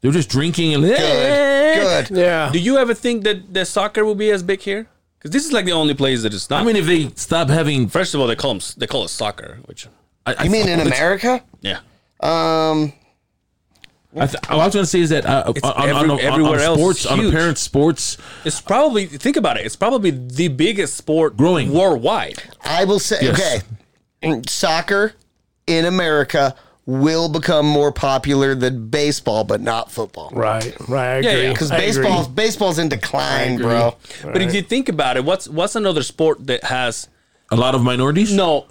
They're just drinking and.
good. Good.
Yeah.
Do you ever think that that soccer will be as big here? Because this is like the only place that it's not.
I mean, if they stop having,
first of all, they call 'em- they call it soccer, which
I,
You mean in
America?
America?
yeah.
Um,
I, th- I was going to say is that uh, on, on,
every-
on, on,
everywhere else
sports,
is
on
huge.
parent sports,
It's probably think about it. It's probably the biggest sport
Growing.
worldwide.
I will say okay. Soccer Mm, in America will become more popular than baseball, but not football.
Right, right. I agree.
yeah.
Because
I agree.
baseball, baseball's in decline, bro.
But if you think about it, what's what's another sport that has
A lot of minorities.
no?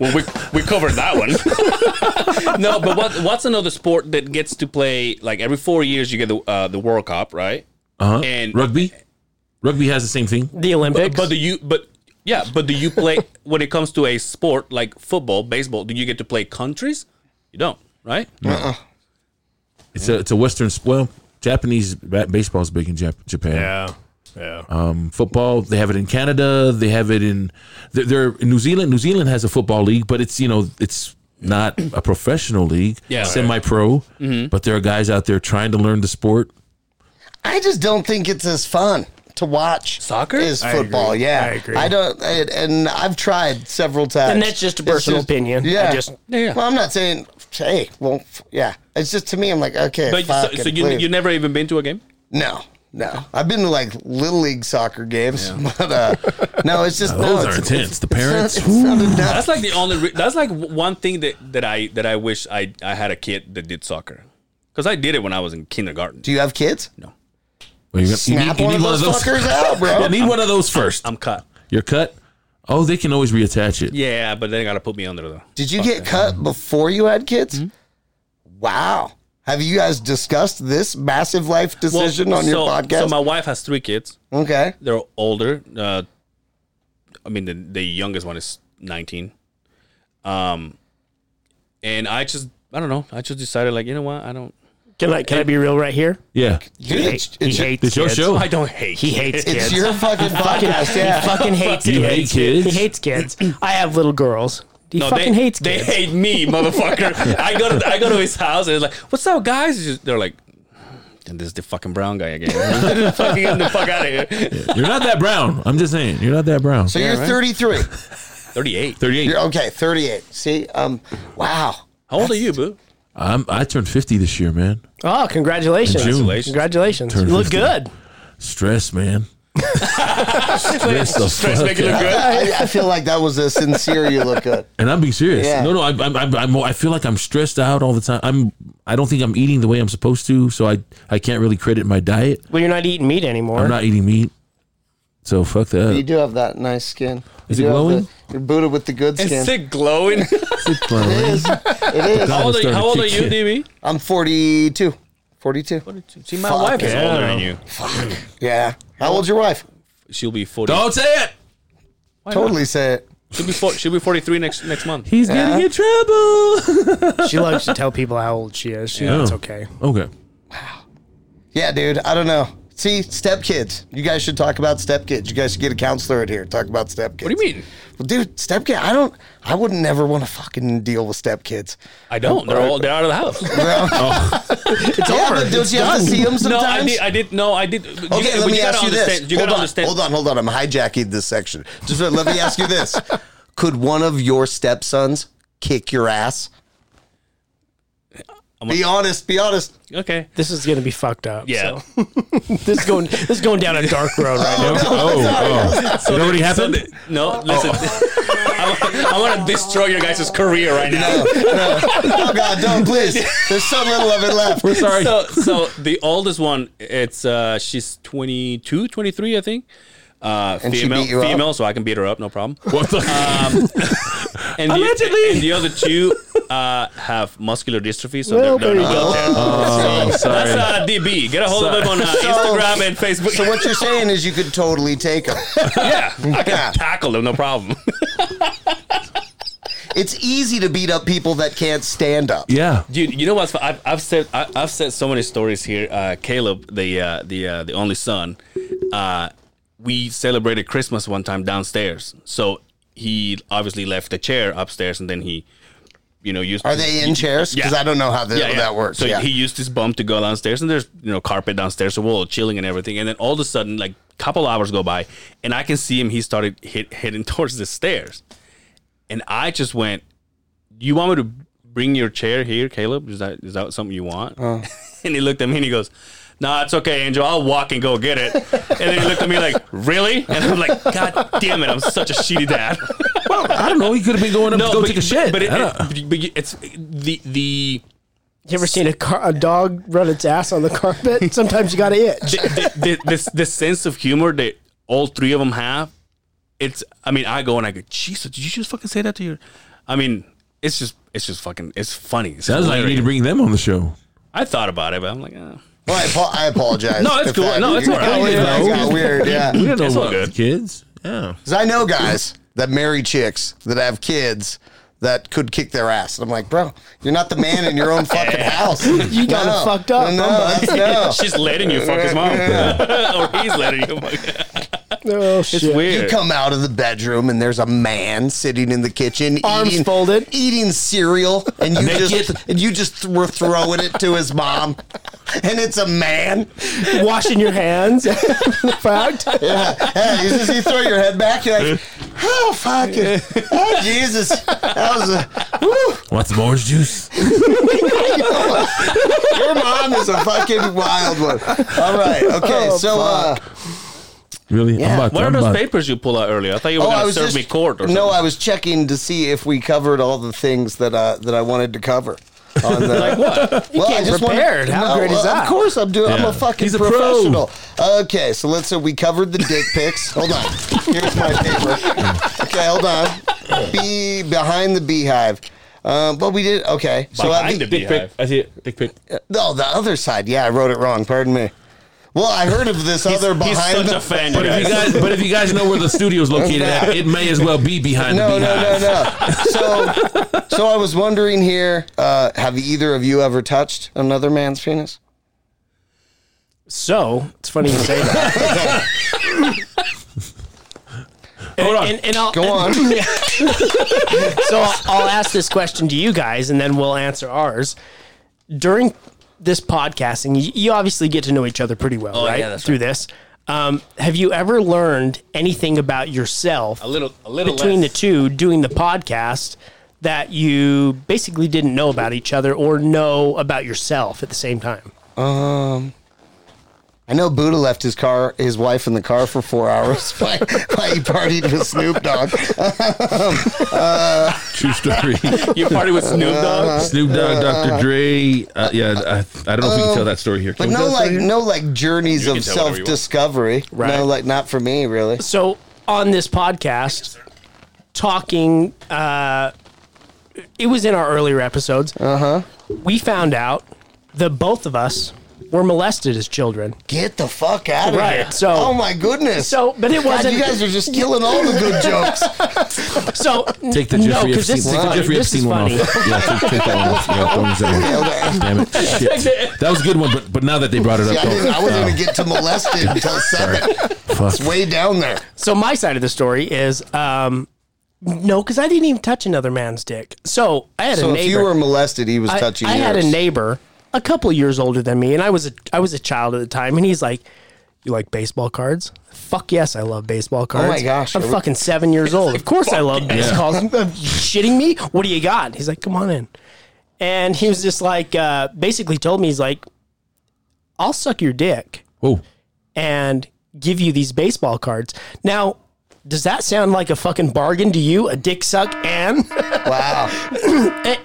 well, we we covered that one. no, but what what's another sport that gets to play like every four years? You get the uh, the World Cup, right?
Uh-huh.
And-
rugby. Rugby has the same thing.
the Olympics.
But do you but yeah, but do you play when it comes to a sport like football, baseball? Do you get to play countries? You don't, right?
It's a it's a Western. s- Well, Japanese ba- baseball's big in Jap- Japan.
yeah, yeah.
Uh,
Um, football they have it in Canada. They have it in they're, they're in New Zealand. New Zealand has a football league, but it's you know it's not a professional league.
Yeah. Mm-hmm.
semi pro. But there are guys out there trying to learn the sport.
I just don't think it's as fun to watch
Soccer?
is
agree.
football. Yeah,
I agree.
I don't, I- and I've tried several times.
And that's just a
It's
personal opinion. I
Yeah,
just-
yeah.
Well, I'm not saying. Hey, well, f- yeah. It's just to me, I'm like, okay,
But
fuck
so, so
it,
you
please.
you never even been to a game?
no, no. I've been to like little league soccer games, but uh, no, it's just no,
Those are
Oh, it's,
intense. The
it's not-
parents.
it's not enough.
That's like the only. Re- that's like w- one thing that, that I that I wish I I had a kid that did soccer, because I did it when I was in kindergarten.
Do you have kids?
Well, you're gonna-
Snap one of those, fuckers out,
You
bro.
need one of those first.
I'm cut.
You're cut. Oh, they can always reattach it.
Yeah, but they gotta put me under though.
Did you get cut before you had kids? Wow. Have you guys discussed this massive life decision on
so,
your podcast?
So my wife has three kids.
okay.
They're older. Uh, I mean, the the youngest one is 19. Um, and I just I don't know. I just decided like you know what I don't.
Can I can I be real right here?
Yeah.
Dude,
He,
it's,
he
it's your,
hates
It's your
kids.
show.
I don't hate.
He hates
it's
kids.
your fucking podcast.
he
Yeah.
fucking hates
You hate
kids.
kids?
He hates kids. I have little girls. He
No,
fucking
they,
hates
They
kids.
hate me, motherfucker. I go to I go to his house and it's like, "What's up, guys?" He's just- they're like, "And this is the fucking brown guy again. fucking get the fuck out of here."
You're not that brown. I'm just saying. You're not that brown.
So you're 33.
Thirty-eight.
38.
You're okay, 38. See, um, wow.
How old are you, boo?
I'm, I turned 50 this year, man.
Oh, congratulations!
In June.
Congratulations!
Turned
you look
50.
good.
Stress, man. Stress the
Stress
fuck
make you
out.
look good.
I, I feel like that was a sincere you look good.
And I'm being serious.
Yeah.
No, no, I, I, I, I'm, I feel like I'm stressed out all the time. I'm, I don't think I'm eating the way I'm supposed to, so I, I can't really credit my diet.
Well, you're not eating meat anymore.
I'm not eating meat, so fuck
You
that.
do have that nice skin.
Is
you
it
do have
glowing?
The, you're booted with the good skin.
Is it glowing?
Fine.
It is.
How old are you,
starting
how
to
old are
kick
you
in.
DB?
I'm 42. 42.
See, my wife is
yeah.
older than you.
Yeah. How old's your wife?
She'll be 40
Don't Oh, say it.
Totally say it.
She'll be 40, she'll be forty-three next next month.
He's getting in trouble.
She loves to tell people how old she is. She, That's okay.
okay.
Yeah, dude. I don't know. See, stepkids. You guys should talk about stepkids. You guys should get a counselor in here. Talk about stepkids.
What do you mean?
Well, dude, stepkid. I don't. I would never want to fucking deal with stepkids.
I don't. They're all they're out of the house.
Oh.
It's yeah, over. But don't you have to see them
No,
sometimes?
I did. I did. No, I did. You
Okay,
gotta-
let
but
me
gotta
ask you this.
understand- You
hold
gotta
on,
understand.
hold on, hold on. I'm hijacking this section. Just let- let me ask you this: Could one of your stepsons kick your ass? be honest. Be honest.
Okay.
This is gonna be fucked up.
Yeah.
so. this is going this is going down a dark road right
oh,
now.
Oh, oh. It already happened.
No, listen. I want to destroy your guys' career right now.
No, no. Oh God, don't please. There's so little of it left.
We're sorry.
So, so the oldest one, it's uh, she's 22, 23, I think. Uh,
And she
female,
beat you up?
female, so I can beat her up, no problem. Um,
What the?
And the,
Allegedly.
and the other two uh, have muscular dystrophy, so
Well,
they're,
there
they're
you
not
go.
wheelchair.
oh, sorry.
That's uh, DB. Get a hold of him on uh, Instagram and Facebook.
So what you're saying is you could totally take them.
yeah, I
Yeah.
can tackle him, no problem.
It's easy to beat up people that can't stand up.
Yeah.
Dude, you know what's? fu- I've, I've said I, I've said so many stories here. Uh, Caleb, the uh, the uh, the only son, uh, we celebrated Christmas one time downstairs. So he obviously left the chair upstairs, and then he, you know, used.
Are they in chairs? Because
Yeah.
I don't know how the,
Yeah, yeah.
that works.
So
yeah.
he used his bump to go downstairs, and there's you know carpet downstairs, so we're all chilling and everything. And then all of a sudden, like a couple hours go by, and I can see him. He started hit, heading towards the stairs, and I just went, "You want me to bring your chair here, Caleb? Is that is that something you want?"
Uh.
and he looked at me and he goes. Nah, it's okay, Angel. I'll walk and go get it. And then he looked at me like, "Really?" And I'm like, "God damn it! I'm such a shitty dad."
Well, I don't know. He could have been going up to go take a shit.
But, it,
I don't-
it- but you- it's the the
You ever seen a car, a dog run its ass on the carpet? Sometimes you got to itch.
the, the, this this sense of humor that all three of them have. It's I mean I go and I go Jesus did you just fucking say that to your I mean it's just it's just fucking it's funny. It's
Sounds like you need to
hilarious.
bring them on the show.
I thought about it, but I'm like, eh.
Well, I, apo- I apologize.
No, it's
if
cool.
that-
No, it's all right.
got weird. I got weird. Yeah.
don't
It's all good.
kids. Yeah.
Because I know guys that marry chicks that have kids that could kick their ass. And I'm like, bro, you're not the man in your own fucking house. You
got it fucked up,
No,
huh,
that's no.
she's letting you fuck his mom, or he's letting you. Fuck.
Oh
It's
shit!
You
weird.
come out of the bedroom and there's a man sitting in the kitchen,
Arms
eating,
folded.
eating cereal, and you just and you just th- were throwing it to his mom, and it's a man.
Washing your hands. the fact.
Yeah, you just you throw your head back. You're like, oh fucking, oh Jesus, that was a, whew.
Want some orange juice?
your mom is a fucking wild one. All right, okay, so. Uh,
Really?
Yeah.
about,
What are
I'm
those
about-
papers you pull out earlier? I thought you
Oh,
were gonna serve me court or something.
no, I was checking to see if we covered all the things that uh, that I wanted to cover. On the, like what? Well,
came prepared. How great is that?
Of course, I'm doing. I'm
Yeah.
a fucking
He's a pro.
professional. Okay, so let's say we covered the dick pics. hold on, here's my paper. Okay, hold on. Be behind the beehive. Um, but we did okay. So
Behind
the,
the beehive.
I see it. Dick pic.
no, the other side. Yeah, I wrote it wrong. Pardon me. Well, I heard of this other
He's
behind.
such
the,
a fan.
But
you
if, you
guys.
guys, but if you guys know where the studio's located at, it may as well be behind
no,
the
no,
beehive.
no, no. So, so I was wondering here: uh, Have either of you ever touched another man's penis?
So it's funny you say that. Hold on. And, and I'll,
Go on.
so I'll, I'll ask this question to you guys, and then we'll answer ours during this podcasting. You, you obviously get to know each other pretty well, right?
yeah, that's
Through this, um, have you ever learned anything about yourself
a little, a little
between
less.
the two doing the podcast that you basically didn't know about each other or know about yourself at the same time?
I know Buddha left his car, his wife in the car for four hours while, while he partied with Snoop Dogg. Uh,
True story.
You party with Snoop
Uh-huh.
Dogg.
Snoop Dogg, Dr. Dre. Uh, yeah, I, I don't know if we can tell that story here.
Um, But no, like no, like journeys
You
of
can tell whatever
self
you want.
discovery.
Right.
No, like not for me, really.
So on this podcast, talking, uh, it was in our earlier episodes. Uh
Uh-huh.
huh. We found out that both of us were molested as children.
Get the fuck out of
Right,
here!
so-
oh my goodness!
So, but it
God,
wasn't.
you guys are just killing all the good jokes.
so
Take the
no,
Jeffrey
because
Epstein.
this,
Take the
is-
Jeffrey
this is
Epstein one off.
funny.
Yeah, take, take that one off. Yeah, don't use that one. Damn it. Shit. That was a good one, but but now that they brought it up,
See, I, didn't, I
don't-
wasn't gonna get to molested until seven.
fuck.
It's way down there.
So my side of the story is. Um, no, because I didn't even touch another man's dick. So I had a
So
neighbor.
if you were molested, he was
I,
touching.
I
yours.
had a neighbor a couple years older than me, and I was a I was a child at the time, and he's like, "You like baseball cards? Fuck yes, I love baseball cards.
Oh my gosh.
I'm fucking seven years old. Of course I love baseball. cards. You shitting me? What do you got? He's like, come on in, and he was just like, uh, basically told me he's like, I'll suck your dick
Oh,
and give you these baseball cards now. Does that sound like a fucking bargain to you? A dick suck and
Wow.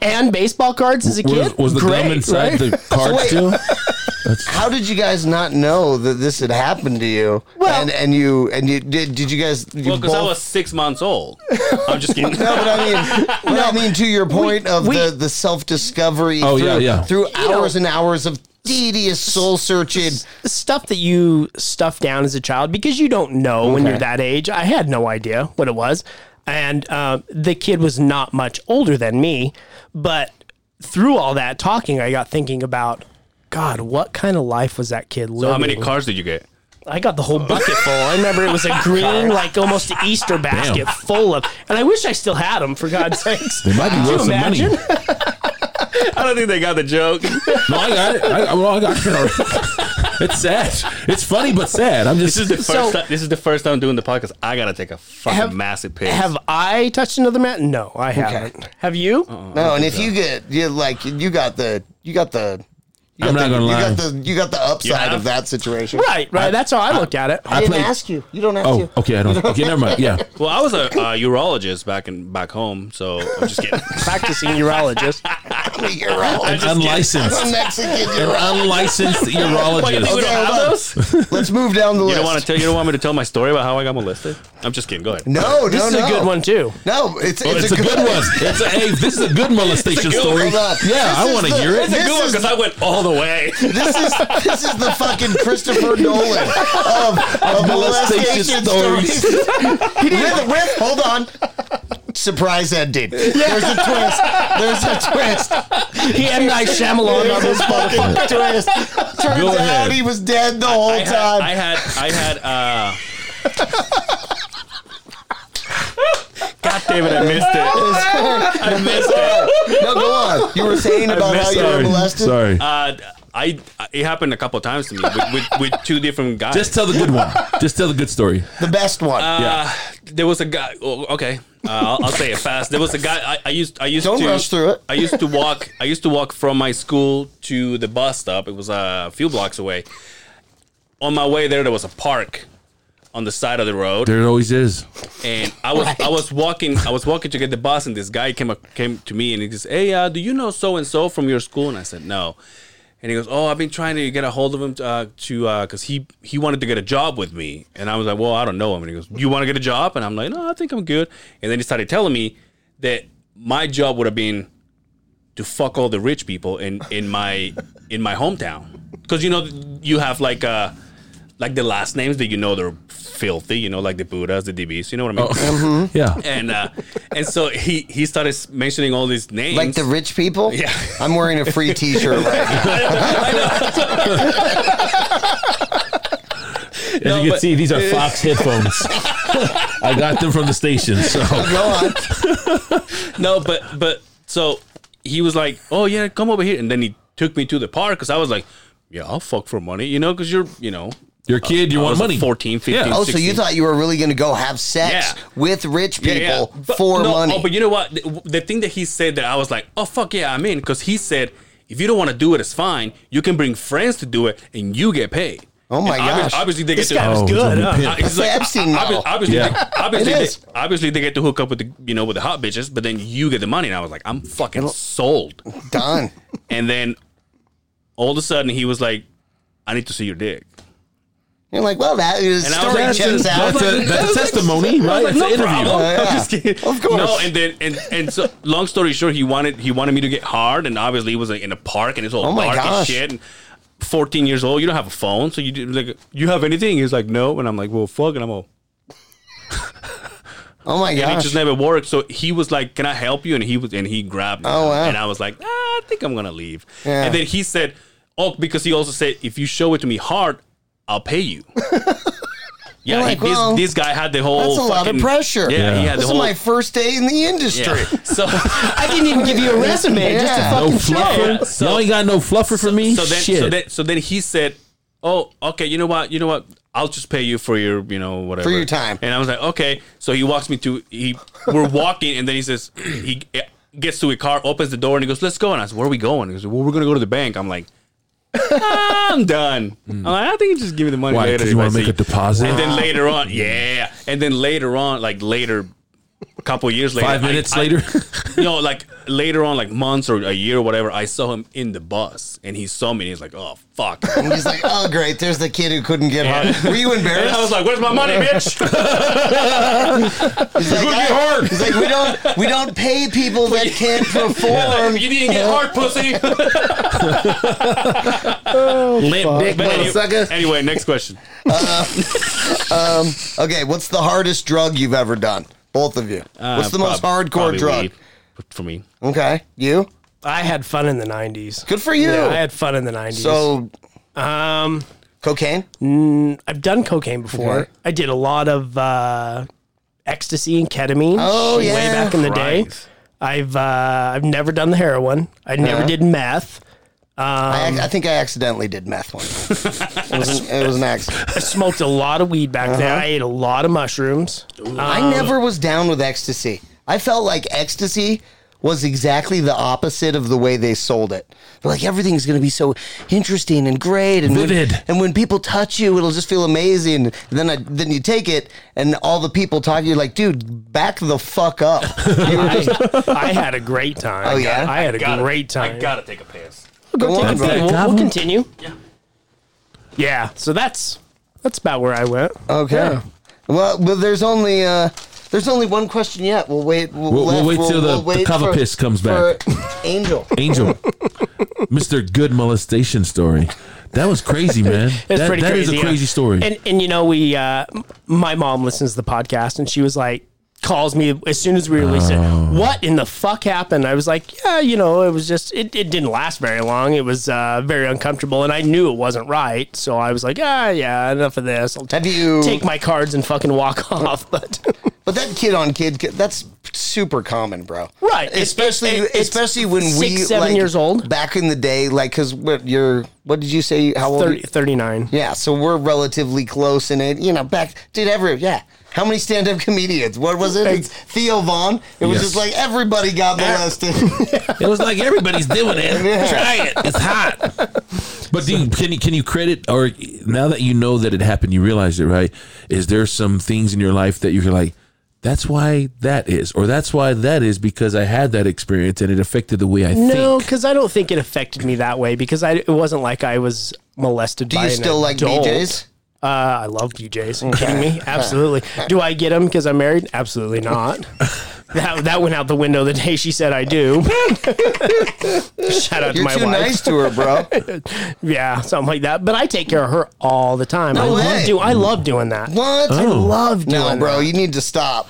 and baseball cards as a kid?
was, was the gum inside
right?
the card
wait.
still?
How did you guys not know that this had happened to you?
Well-
and, and you and you did did you guys you
Well, because I
both-
was six months old. I'm just kidding.
No, but I mean, but I mean to your point of
we-
the, the self discovery
Oh,
through,
yeah, yeah.
through
know-
hours and hours of tedious soul searching.
the stuff that you stuff down as a child because you don't know when you're that age. I had no idea what it was, and uh, the kid was not much older than me. But through all that talking, I got thinking about God, what kind of life was that kid living?
How many cars did you get?
I got the whole bucket full. I remember it was a green, like almost an Easter basket
Damn.
full of, and I wish I still had them for God's sakes.
They might be
Could
worth
you
some money.
imagine?
No,
I don't think they got the joke.
I got it. I, I- well, I got it already. It's sad. It's funny, but sad. I'm just.
This is the first.
So-
time, this is the first time doing the podcast. I gotta take a fucking
Have-
massive piss.
Have I touched another man? No, I haven't. Have you?
Uh-uh. No, and if you get you like you got the you got the You
I'm not
got the-
gonna lie.
You got the you got the upside of that situation.
Right, right. That's how I looked at it.
I didn't
played-
ask you. You don't have
Oh,
to.
okay. I don't. Okay, never mind. Yeah.
Well, I was a uh, urologist back in back home, so I'm just kidding.
Practicing urologist.
You're wrong. I'm
Unlicensed.
Mexican. You're
An
wrong.
You
unlicensed
think we
urologist.
don't have those?
Let's move down the
You
list.
don't want to tell. You don't want me to tell my story about how I got molested. I'm just kidding. Go ahead.
no,
This
no,
is
no.
a good one too.
No, it's,
Oh,
it's, a, good,
one. It's a, hey, this is a good molestation
good
story.
one.
Yeah,
This
I
is
want to
the-
hear it.
this is-
because I went all the way.
This is this is the fucking Christopher Nolan of, of
molestation
molestation
stories.
stories. with, with, hold on. Surprise ending. There's a twist. There's a twist.
He M Night Shyamalan on
There's
this
a
motherfucker.
fucking twist. Turns
Go
out
ahead.
he was dead the whole
I had,
time.
I had, I had, uh, God damn it, I missed it. I missed it.
no, go on. You were saying about how
missed
you were
it.
molested.
Sorry.
Uh, I, it happened a couple times to me with, with, with two different guys.
Just tell the good one. Just tell the good story.
The best one.
uh, there was a guy. Oh, okay, uh, I'll, I'll say it fast. There was a guy. I, I used. I used
Don't
to
rush through it.
I used to walk. I used to walk from my school to the bus stop. It was uh, a few blocks away. On my way there, there was a park on the side of the road,
There it always is.
and I was I was walking. I was walking to get the bus, and this guy came up, came to me, and he says, "Hey, uh, do you know so and so from your school?" And I said, "No." And he goes, "Oh, I've been trying to get a hold of him uh, to because he he wanted to get a job with me." And I was like, "Well, I don't know him." And he goes, "You want to get a job?" And I'm like, "No, I think I'm good." And then he started telling me that my job would have been to fuck all the rich people in in my in my hometown because you know you have like uh like the last names that you know they're filthy, you know, like the Buddhas, the DBs, you know what I mean?
Hmm?
Yeah.
Eh,
And uh, and so he he started mentioning all these names.
like the rich people?
Yeah.
I'm wearing a free t shirt right now.
As
No,
you can
but-
see, these are Fox headphones. I got them from the station. So
Go on.
no, but but so he was like, "Oh yeah, come over here," and then he took me to the park because I was like, "Yeah, I'll fuck for money," you know, because you're you know
your kid, you
I
want
was
money.
14, 15,
Yeah.
Oh, so
16.
you thought you were really going to go have sex
Yeah.
with rich people
But-
for
no,
money?
Oh, but you know what? The, the thing that he said that I was like, oh fuck yeah, I'm in, because he said if you don't want to do it, it's fine. You can bring friends to do it, and you get paid.
Oh, my
And obvi-
gosh.
Obviously, they
This
get
guy
to.
was good.
Oh,
huh?
Uh, it's like,
I've seen
I- I-
now.
Obviously,
Yeah.
they, obviously,
It
they,
is.
obviously they get to hook up with the you know with the hot bitches, but then you get the money, and I was like, I'm fucking sold.
Done.
And then all of a sudden, he was like, I need to see your dick.
You're like, well, that is
And I was
story
like,
checks out.
That's a, that's testimony, right?
Like,
It's
no
an interview.
problem.
Yeah.
I'm just kidding.
Of course.
No, and then and and so long story short, he wanted he wanted me to get hard, and obviously it was like in a park, and it's all
Oh my
dark and
gosh.
shit. And Fourteen years old, you don't have a phone, so you do, like you have anything? He's like, no, and I'm like, well, fuck, and I'm all.
oh my
And it
gosh.
just never worked. So he was like, "Can I help you?" And he was, and he grabbed. me.
Oh, wow.
And I was like, ah, "I think I'm gonna leave."
Yeah.
And then he said, "Oh, because he also said if you show it to me hard, I'll pay you." yeah,
You're
he-
like, well,
this, this guy had the whole.
that's a lot of
fucking-
pressure.
Yeah, he had
This
the whole.
is my first day in the industry.
yeah. So
I didn't even give you a resume just to
Yeah.
No
fucking show.
fluffer.
Yeah, so-
Y'all ain't got no fluffer for me.
so then,
Shit.
so then, so then he said, "Oh, okay. You know what? You know what? I'll just pay you for your, you know, whatever
For your time.
And I was like, "Okay." So he walks me to he. We're walking, and then he says he eh, gets to a car, opens the door, and he goes, "Let's go." And I said, "Where are we going?" He goes, "Well, we're gonna go to the bank." I'm like. I'm done. I'm like, I think you just give me the money
Hmm. Why?
later.
Because
if
you want
I
to make
see
a
you."
deposit?
And then later on, yeah. And then later on, like later, a couple years later,
Five
I-
minutes
I-
later?
you know, like later on, like months or a year or whatever, I saw him in the bus and he saw me and he's like, oh, fuck.
And he's like, oh, great. There's the kid who couldn't get
Yeah.
hard. Were you
And
embarrassed?
I was like, where's my money, bitch?
he's, like,
couldn't get
I-
hard.
he's like, we don't, we don't pay people that can't perform.
Um, you didn't get hard, pussy.
Oh,
Limp dick,
But any-
motherfucker.
anyway, next question.
Okay, what's the hardest drug you've ever done? Both of you. what's the most
Uh, prob-
hardcore
probably
drug?
weed For me.
Okay, you.
I had fun in the nineties.
Good for you.
Yeah, I had fun in the nineties.
so
um,
cocaine.
I've done cocaine before.
Okay.
I did a lot of uh, ecstasy and ketamine.
Oh,
way
yeah.
back in the day.
Christ.
I've uh, I've never done the heroin. I never
Uh-huh.
did meth.
I, ac- I think I accidentally did meth one. time. it, was an, it was an accident.
I smoked a lot of weed back
Uh-huh.
then. I ate a lot of mushrooms.
I never was down with ecstasy. I felt like ecstasy was exactly the opposite of the way they sold it. They're like everything's going to be so interesting and great and when-
Vivid.
and when people touch you, it'll just feel amazing. And then I, then you take it, and all the people talking, you're like, dude, back the fuck up.
I, I had a great time.
Oh, yeah?
I had a
Gotta-
great time.
I gotta take a piss.
Go on,
We'll-
bro.
we'll, continue. Yeah. Yeah. So that's that's about where I went.
Okay. Well, but there's only uh, there's only one question yet. We'll wait. We'll,
We'll- we'll
left-
wait till the- the cover
for-
piss comes
for
back.
Angel.
Angel, Mr. Good molestation story. That was crazy, man.
It's
that,
pretty
that is
crazy.
a
yeah.
crazy story.
And and you know we uh, m- my mom listens to the podcast and she was like calls me as soon as we released
Oh.
it. What in the fuck happened? I was like, yeah, you know, it was just it, it didn't last very long. It was uh, very uncomfortable and I knew it wasn't right. So I was like, ah, yeah, enough of this. I'll t-
Have you-
take my cards and fucking walk off? But
But that kid on kid, that's super common, bro.
Right. It-
Especially,
it- it's
especially when
six,
we
seven
like,
years old.
back in the day, like because what you're, what did you say? How old?
30, 39.
Yeah, so we're relatively close in it. You know, back did ever yeah. How many stand-up comedians? What was it? It's Theo Vaughn. It was
Yes.
just like everybody got molested.
It was like everybody's doing it. Try it. It's hot. But do you, can you can you credit or now that you know that it happened, you realize it, right? Is there some things in your life that you're like, that's why that is, or that's why that is because I had that experience and it affected the way I
No,
think.
because I don't think it affected me that way because I it wasn't like I was molested.
Do
by
you
an
still like
adult.
BJ's?
Uh, I love BJ's. Are you kidding me? Absolutely. Do I get them because I'm married? Absolutely not. that that went out the window the day she said I do. Shout out to
You're
my
too
wife.
nice to her, bro.
Yeah, something like that. But I take care of her all the time. I
way.
love do. I love doing that.
What?
I love doing
No, bro,
that.
you need to stop.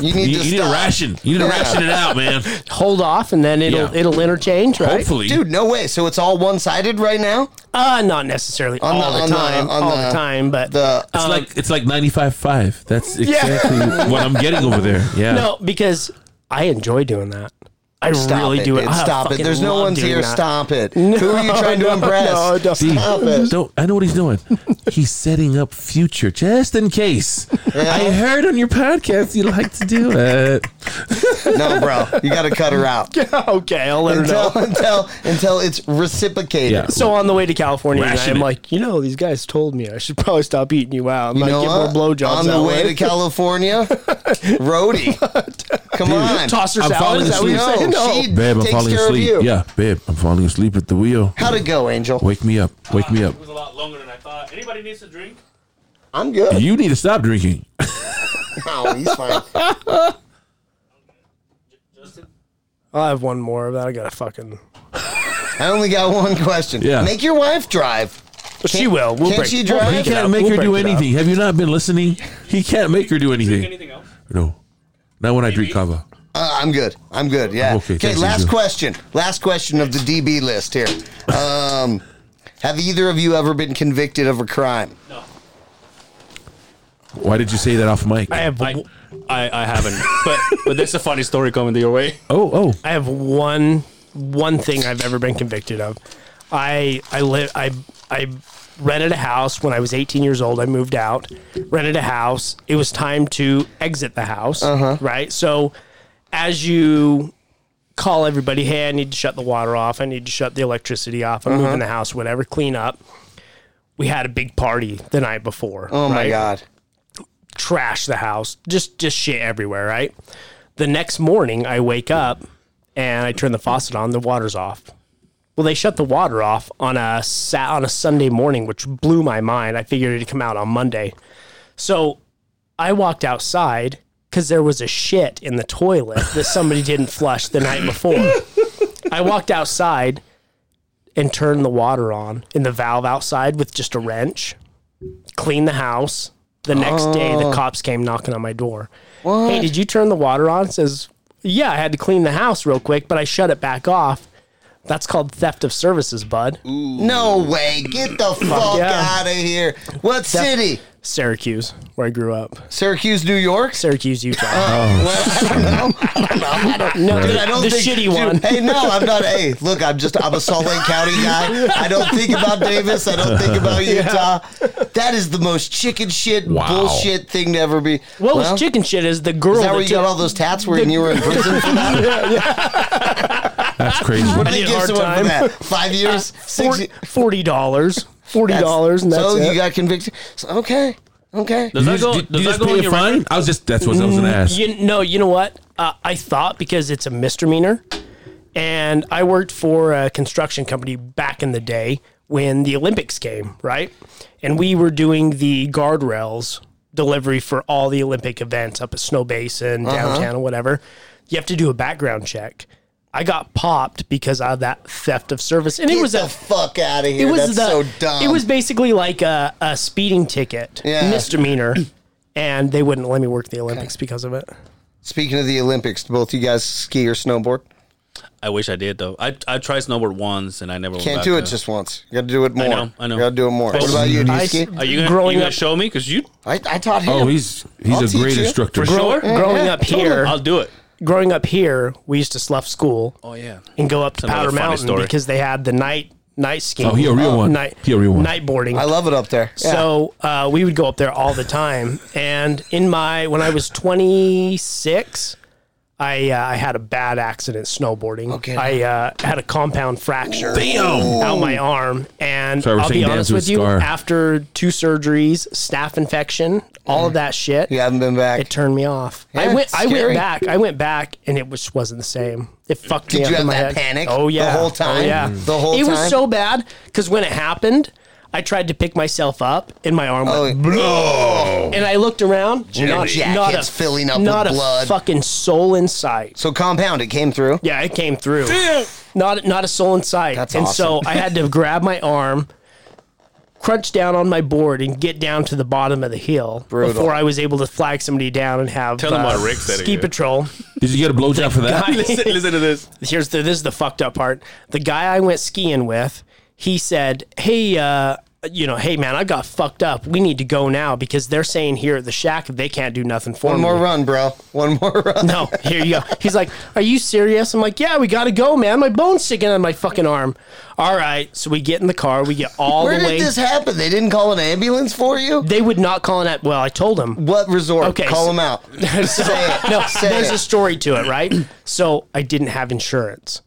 You need
You,
to
you need to
stop.
ration. You need to
Yeah.
ration it out, man.
Hold off, and then it'll
Yeah.
it'll interchange, right?
Hopefully,
Dude, no way. So it's all one-sided right now?
Uh, not necessarily
On the-
all the,
on the-
time,
on
all
the-
the, time, but
The
it's like it's like ninety five five. That's
Yeah.
exactly what I'm getting over there. Yeah.
No, because I enjoy doing that. I
Stop
really
it,
do it.
dude.
I
Stop it.
fucking
There's no
love
one's
doing
here.
that.
Stop it. Who are you trying to
no,
impress?
no, don't.
Stop it.
Don't, I know what he's doing. He's setting up future just in case. I heard on your podcast you like to do it.
No, bro. You got to cut her out.
okay, I'll let her
until
know.
until until it's reciprocated.
Yeah.
So on the way to California,
Ration
I'm
it.
like, you know, these guys told me I should probably stop eating you out. I'm
You
like,
know
get
what?
more blowjobs
on
that
the way
way.
to California, roadie. Come on,
Toss her
I'm
salad.
falling
Is that what you're
asleep.
saying?
No,
No.
she-
Babe, I'm
Takes
falling
care of
asleep.
you.
Yeah, babe, I'm falling asleep at the wheel.
How'd it go, Angel?
Wake me up. Wake me up.
It was a lot longer than I thought. Anybody needs a drink?
I'm good.
You need to stop drinking.
No, he's fine.
Justin?
I'll have one more, but I gotta fucking.
I only got one question.
Yeah.
Make your wife drive.
she will. We'll
can't
break.
she
we'll
drive?
break
He
it
He can't
up.
make
We'll
her
break
do
it up.
anything. Have you not been listening? He can't make her do anything.
Anything else?
No. Not when I drink kava.
Uh, I'm good. I'm good. Yeah.
Okay,
Okay.
thanks,
last
Angel.
question. Last question of the DB list here. Um, have either of you ever been convicted of a crime?
Why did you say that off mic?
I have.
I, I, I haven't. but but there's a funny story coming your way.
oh, oh.
I have one one thing I've ever been convicted of. I I live I I rented a house when I was 18 years old. I moved out, rented a house. It was time to exit the house,
Uh-huh.
right? So as you call everybody, hey, I need to shut the water off. I need to shut the electricity off.
Uh-huh.
I'm moving the house, whatever. Clean up. We had a big party the night before.
Oh my
right?
God.
trash the house, just just shit everywhere, right? The next morning I wake up and I turn the faucet on, the water's off. Well, they shut the water off on a sat on a Sunday morning, which blew my mind. I figured it'd come out on Monday. So I walked outside because there was a shit in the toilet that somebody didn't flush the night before. I walked outside and turned the water on in the valve outside with just a wrench, cleaned the house. The next day,
Oh.
the cops came knocking on my door. Hey, did you turn the water on? It says, yeah, I had to clean the house real quick, but I shut it back off. That's called theft of services, bud.
No way. Get the fuck
Yeah.
out of here. What city?
Syracuse, where I grew up.
Syracuse, New York?
Syracuse, Utah.
Well, I don't know. I don't know. I don't
no,
Dude,
the,
I don't
the
think,
shitty
dude,
one.
Hey, no, I'm not. Hey, look, I'm just I'm a Salt Lake County guy. I don't think about Davis. I don't think about Utah. That is the most chicken shit bullshit thing to ever be.
What
Well,
was chicken shit is the girl
Is that where
that
you
took-
got all those tats where you were in prison? For that?
That's crazy.
What did
I
they
need a
give
hard
someone for
time.
that? Five years, six.
Forty-
years?
forty dollars, forty dollars, and that's
so
it.
you got convicted. So, okay, okay.
Does
You
that
just,
go?
did,
does
you
that
just
go
pay
in
a
your
fine?
record?
I was just that's what I was
Mm.
gonna ask.
You no, you know what? Uh, I thought because it's a misdemeanor, and I worked for a construction company back in the day when the Olympics came, right? And we were doing the guardrails delivery for all the Olympic events up at Snow Basin,
Uh-huh.
downtown, or whatever. You have to do a background check. I got popped because of that theft of service, and
Get
it was
the
a
fuck out of here.
it was the,
That's so dumb.
It was basically like a, a speeding ticket,
Yeah.
misdemeanor, and they wouldn't let me work the Olympics because of it.
Speaking of the Olympics, do both you guys ski or snowboard?
I wish I did though. I I tried snowboard once and I never went
Can't
back
do it
to
just once. You got to do it more.
know, I know.
You got to do it more. What about you? Do you
I-
ski?
Are you gonna,
Growing
you gonna
up-
show me? Cause you
I, I taught him.
oh, he's he's
I'll
a
teach
great
you.
instructor.
sure.
growing up here,
I'll do it.
growing up here, we used to slough school
Oh yeah.
and go up to
another
Powder
funny
Mountain
story.
because they had the night night skiing.
Oh, he a real one.
Night,
He a real one.
Night boarding.
I love it up there. Yeah.
So uh, we would go up there all the time. And in my when I was 26, I uh, I had a bad accident snowboarding.
Okay.
I uh, had a compound fracture.
Damn.
Out my arm, and
Sorry, we're
I'll be
saying dance
honest
with
with you.
scar.
After two surgeries, staph infection, all of that shit,
you haven't been back.
it turned me off.
Yeah,
I went, I
scary.
went back, I went back, and it just wasn't the same. It fucked me
Did
up
you
in
have
my head.
that panic
Oh
the
yeah,
whole
Oh,
time?
yeah,
The whole
It
time?
was so bad because when it happened, I tried to pick myself up, and my arm went
oh,
and I looked around. not,
Jackets
not a,
filling up
not
with
a
blood.
fucking soul in sight.
so compound. It came through.
Yeah, it came through. Not not a soul in sight.
That's
and so I had to grab my arm, crunch down on my board, and get down to the bottom of the hill
Brutal.
before I was able to flag somebody down and have uh,
Tell them what Rick said
ski
again.
patrol.
Did you get a blowjob for that?
listen, listen to this.
here's the this is the fucked up part. The guy I went skiing with, he said, "Hey, uh, you know, hey man, I got fucked up. We need to go now because they're saying here at the shack they can't do nothing for
One
me."
more run, bro. One more run.
No, here you go. He's like, Are you serious? I'm like, Yeah, we gotta go, man. My bone's sticking on my fucking arm. All right. So we get in the car, we get all
Where
the
did
way.
this happen? They didn't call an ambulance for you.
they would not call it out. Well, I told him.
What resort?
Okay,
call
so-
them out.
So-
Say it.
No,
Say
there's
it.
a story to it, right? So I didn't have insurance.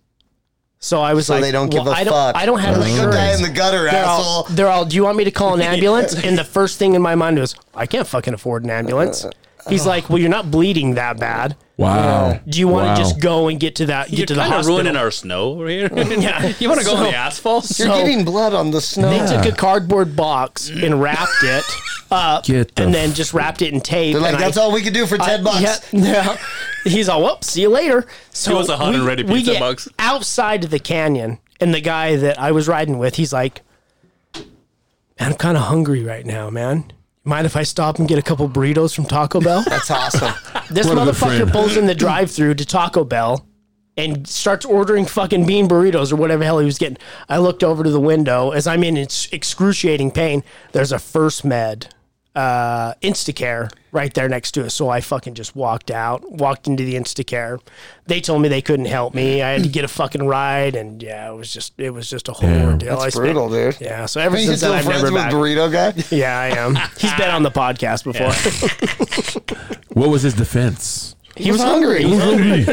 So I was
So
like,
they don't give
well,
a
I don't,
fuck.
I don't have
Like, Go die
insurance.
in the gutter,
they're all,
asshole.
they're all, do you want me to call an ambulance? and the first thing in my mind was, I can't fucking afford an ambulance. He's like, well, you're not bleeding that bad.
Wow.
Do you want
Wow.
to just go and get to that, get
You're
to the
kind of
hospital?
ruining our snow over here.
Yeah.
you want to go on
So-
the asphalt?
You're
so-
getting blood on the snow.
They took a cardboard box and wrapped it up,
Get the
and then just wrapped it in tape.
They're like,
and
that's
I-
all we could do for
I-
ten bucks.
Yeah, yeah. He's all, well, see you later. So
wants a hot
we-
and ready
we
pizza
get
box.
outside of the canyon, and the guy that I was riding with, he's like, man, I'm kind of hungry right now, man. Mind if I stop and get a couple burritos from Taco Bell?
That's awesome.
this
What a good
motherfucker
friend.
pulls in the drive through to Taco Bell and starts ordering fucking bean burritos or whatever the hell he was getting. I looked over to the window as I'm in ex- excruciating pain. There's a first med uh, Instacare right there next to us. So I fucking just walked out, walked into the Instacare. They told me they couldn't help me. I had to get a fucking ride, and yeah, it was just it was just a whole ordeal. I
That's
spent-
brutal, dude.
Yeah, so ever
Are you
since then,
still
I've
friends
never
with
back.
burrito guy?
yeah, I am. He's been on the podcast before.
What was his defense?
he was hungry.
That's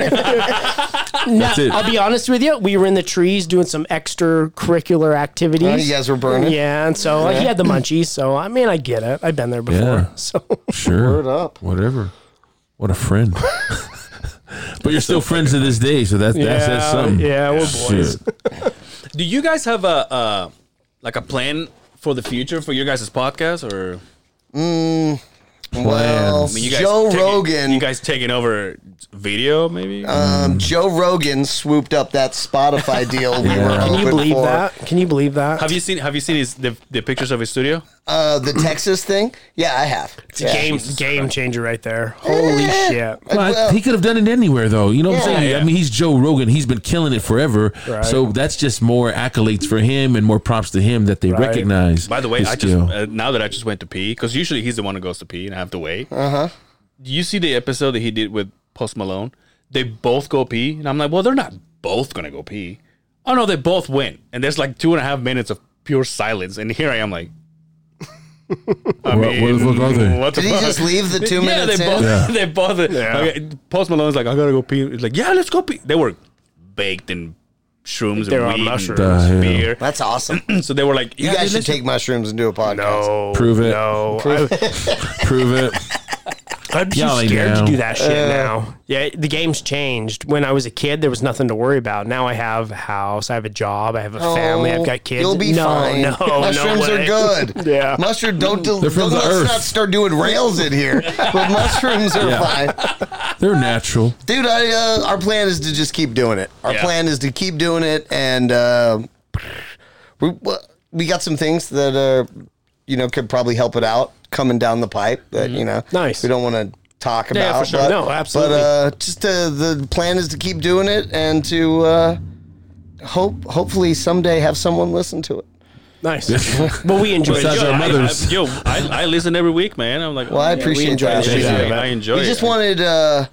it.
I'll be honest with you. We were in the trees doing some extracurricular activities.
Oh, you guys were burning?
Yeah, and so he had the munchies. So I mean, I get it. I've been there before.
Yeah. Oh,
So
Sure.
Word up.
Whatever. What a friend. but you're still friends to this day, so that that says
Yeah,
something.
yeah, we're boys.
Shit.
Do you guys have a uh, like a plan for the future for your guys' podcast or?
Well,
Plans.
I mean, you guys
Joe
taking-
Rogan.
You guys taking over video, maybe?
um, Joe Rogan swooped up that Spotify deal we were
Can
hoping
can you believe
for.
that? Can you believe that?
have you seen Have you seen his the, the pictures of his studio?
Uh, the Texas thing? Yeah, I have.
It's
Yeah.
a game game changer right there. Holy shit!
Well,
Well-
he could have done it anywhere, though. You know what I'm
Yeah.
saying? I mean, he's Joe Rogan. He's been killing it forever.
Right.
So that's just more accolades for him and more props to him that they recognize.
By the way,
his
I just
skill.
uh, now that I just went to pee because usually he's the one who goes to pee and I have to wait. Uh
Uh-huh.
huh. Do you see the episode that he did with Post Malone? They both go pee, and I'm like, well, they're not both gonna go pee. Oh no, they both went, and there's like two and a half minutes of pure silence, and here I am like,
where, where the fuck are they?
"Mm, What the
Did he
fuck?
just leave the two
yeah,
minutes
they both,
in?
Yeah.
they both. uh, Okay, Post Malone's like, I gotta go pee. He's like, yeah, let's go pee. They were baked in shrooms
They were
and
on
weed
mushrooms.
The hell.
and beer.
That's awesome.
so they were like,
You
yeah,
guys
dude,
should
let's-
take mushrooms and do a podcast.
No,
Prove it.
No, I,
Prove it.
I'd be too
Y'all ain't
scared
down.
to do that shit now. Uh, Yeah, the game's changed. When I was a kid, there was nothing to worry about. Now I have a house, I have a job, I have a family, I've got kids.
Oh, You'll be
no,
fine.
no, no
mushrooms
way.
are good.
Yeah.
mustard. Don't do,
They're from
don't
the
let's
earth.
not start doing rails in here. But mushrooms are fine,
They're natural.
dude. I, uh, our plan is to just keep doing it. Our
Yeah.
plan is to keep doing it, and uh, we we got some things that are you know could probably help it out coming down the pipe. That you know,
Mm-hmm. Nice.
We don't want to talk about.
Yeah, for sure.
But,
No, absolutely.
But uh, just uh, the plan is to keep doing it and to uh, hope hopefully someday have someone listen to it.
Nice. but we enjoy
Besides
it.
our
I- I-
mothers.
yo, I, I listen every week, man. I'm like,
Well, I appreciate
enjoy
that.
it. Thank
I, enjoy it.
you.
I enjoy
we
it.
just wanted uh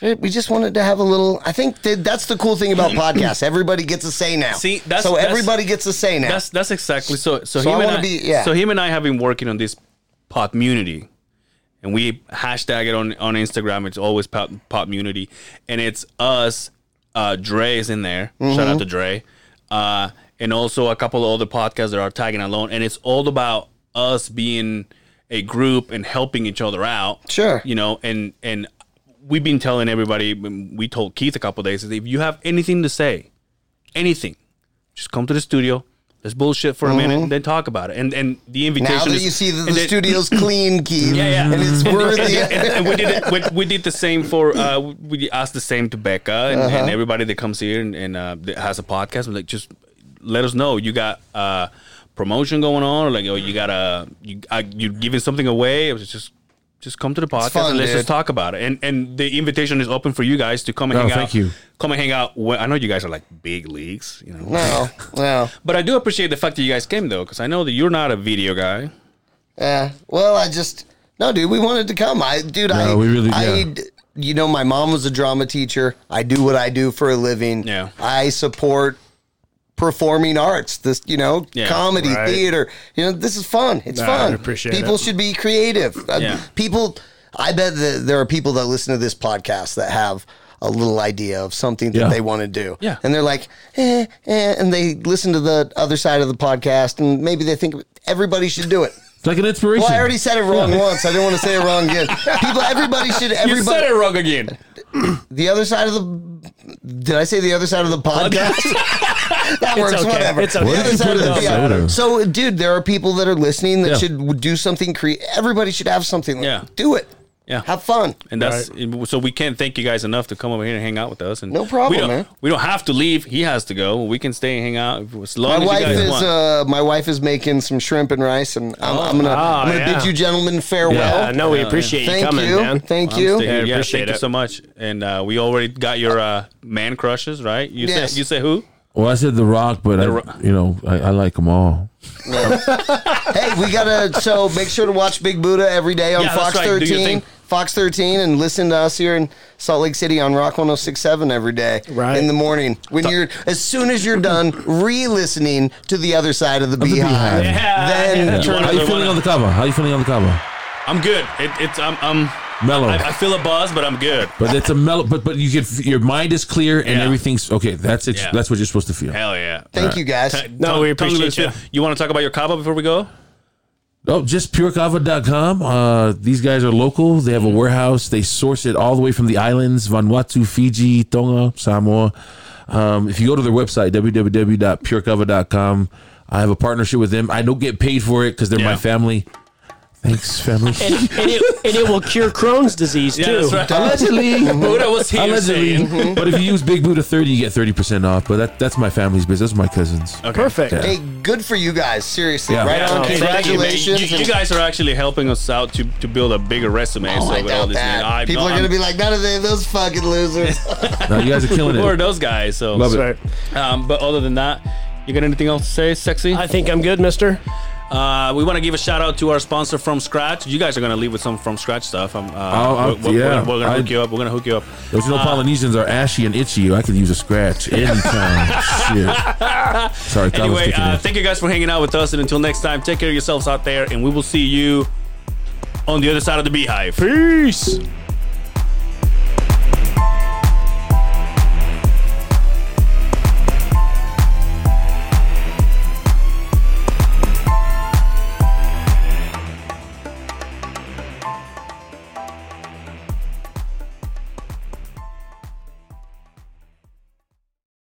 we just wanted to have a little i think that that's the cool thing about podcasts everybody gets a say now
See, that's-
so
that's-
everybody gets a say now
That's that's exactly so. So,
So I
him and
wanna
I,
be- yeah.
so him and I have been working on this pop community, and we hashtag it on on Instagram. It's always pop pop community, and it's us. Uh, Dre is in there. Shout out to
Mm-hmm.
Dre, uh, and also a couple of other podcasts that are tagging along. And it's all about us being a group and helping each other out.
Sure.
you know, and and we've been telling everybody. We told Keith a couple of days if you have anything to say, anything just come to the studio. Let's bullshit for a minute and then talk about it. And and the invitation
Mm-hmm. now that
is,
you see that
and
the
then-
studio's clean key
Yeah, yeah.
and it's worthy
and, and we did it, we, we did the same for uh, we asked the same to Becca and, and
Uh-huh.
everybody that comes here and, and uh, that has a podcast. We're like, just let us know you got uh, promotion going on, or like, oh, you got a you uh, you giving something away. It was just. Just come to the podcast
fun,
and let's
dude.
just talk about it. And and the invitation is open for you guys to come and
No,
hang
thank
out.
you.
Come and hang out. Well, I know you guys are like big leagues, you know.
no no
But I do appreciate the fact that you guys came though, because I know that you're not a video guy.
yeah well i just no dude we wanted to come i dude i
No, we really-
I,
yeah.
you know my mom was a drama teacher i do what i do for a living
Yeah.
i support performing arts this you know
Yeah,
comedy
right.
theater you know this is fun it's
Nah, I
fun
appreciate
people
it.
should be creative Uh,
Yeah.
people i bet that there are people that listen to this podcast that have a little idea of something that
Yeah.
they want to do
Yeah.
and they're like eh, eh, and they listen to the other side of the podcast and maybe they think everybody should do it
It's like an inspiration.
well, I already said it wrong once. I didn't want to say it wrong again. People, everybody should.
You said
Everybody,
it wrong again.
the other side of the. Did I say the other side of the podcast? that works.
okay.
Whatever.
It's okay.
The
What
other
did you
side
put
of
in
the
the
yeah.
photo?
So, dude, there are people that are listening that
Yeah.
should do something. Create. Everybody should have something. Like,
Yeah.
Do it.
Yeah.
Have fun.
And that's so we can't thank you guys enough to come over here and hang out with us. And
No problem,
we don't,
man.
We don't have to leave. He has to go. We can stay and hang out if- as
My
long as
wife
you guys
is
want.
uh, my wife is making some shrimp and rice, and I'm, I'm gonna
Ah,
I'm gonna
yeah.
bid you gentlemen farewell.
Uh, no, we appreciate you
Thank
coming,
you.
man.
Thank
I'm
you.
staying.
Yeah,
yeah,
appreciate
thank you
it.
so much. And uh, we already got your uh, man crushes, right? You
Yes.
said you said who?
Well, I said The Rock, but
Rock.
I, you know, I, I like them all.
hey, we gotta. So make sure to watch Big Buddha every day on
Yeah, that's
Fox
right. Do your
13.
thing.
Fox 13 and listen to us here in Salt Lake City on Rock 1067 every day
Right.
in the morning. When you're as soon as you're done re-listening to the other side of the beehive,
beehive.
Yeah,
then
yeah.
turn
How
on
you
Another
feeling
one.
on the cover? How you feeling on the cover?
I'm good. It, it's I'm, I'm
Mellow.
I, I feel a buzz, but I'm good.
but it's a mellow. But but you get your mind is clear and
Yeah.
everything's okay. That's it.
Yeah.
That's what you're supposed to feel.
Hell yeah.
Thank you guys.
No, we
Tongue- tongue
appreciate you.
loose. You want to talk about your kava before we go?
Oh, just purecava.com. Uh, these guys are local. They have a warehouse. They source it all the way from the islands Vanuatu, Fiji, Tonga, Samoa. Um, if you go to their website, www.purecava.com, I have a partnership with them. I don't get paid for it because they're my
Yeah.
family. Thanks, family.
and, and it, and it will cure Crohn's disease too.
that's right.
Allegedly,
Buddha was here
Allegedly,
saying.
but if you use Big Buddha thirty, you get thirty percent off. But that, that's my family's business. Those are my cousins.
Perfect.
Hey, good for you guys. Seriously,
Yeah.
right
Yeah,
on.
thank you,
Oh, Thank you, man.
Congratulations.
You, you guys are actually helping us out to, to build a bigger resume.
Oh,
so
I
with all
doubt
this,
that.
I-
People
no,
are
I'm-
going to be like, none of they- those fucking losers.
No, you guys are killing
who are
it.
those guys? So
Love
That's right.
Um, but other than that, you got anything else to say, sexy?
I think I'm good, Mister.
Uh, we want to give a shout out to our sponsor from scratch. You guys are gonna leave with some from scratch stuff. I'm, uh,
I'll-
we're,
I'll-
we're-
Oh, yeah,
we're, gonna hook
I-
you up. We're gonna hook you up.
Those you know Polynesians are ashy and itchy. I could use a scratch anytime. Shit. Sorry, that was
Anyway,
kicking
uh,
in.
thank you guys for hanging out with us, and until next time, take care of yourselves out there, and we will see you on the other side of the beehive. Peace.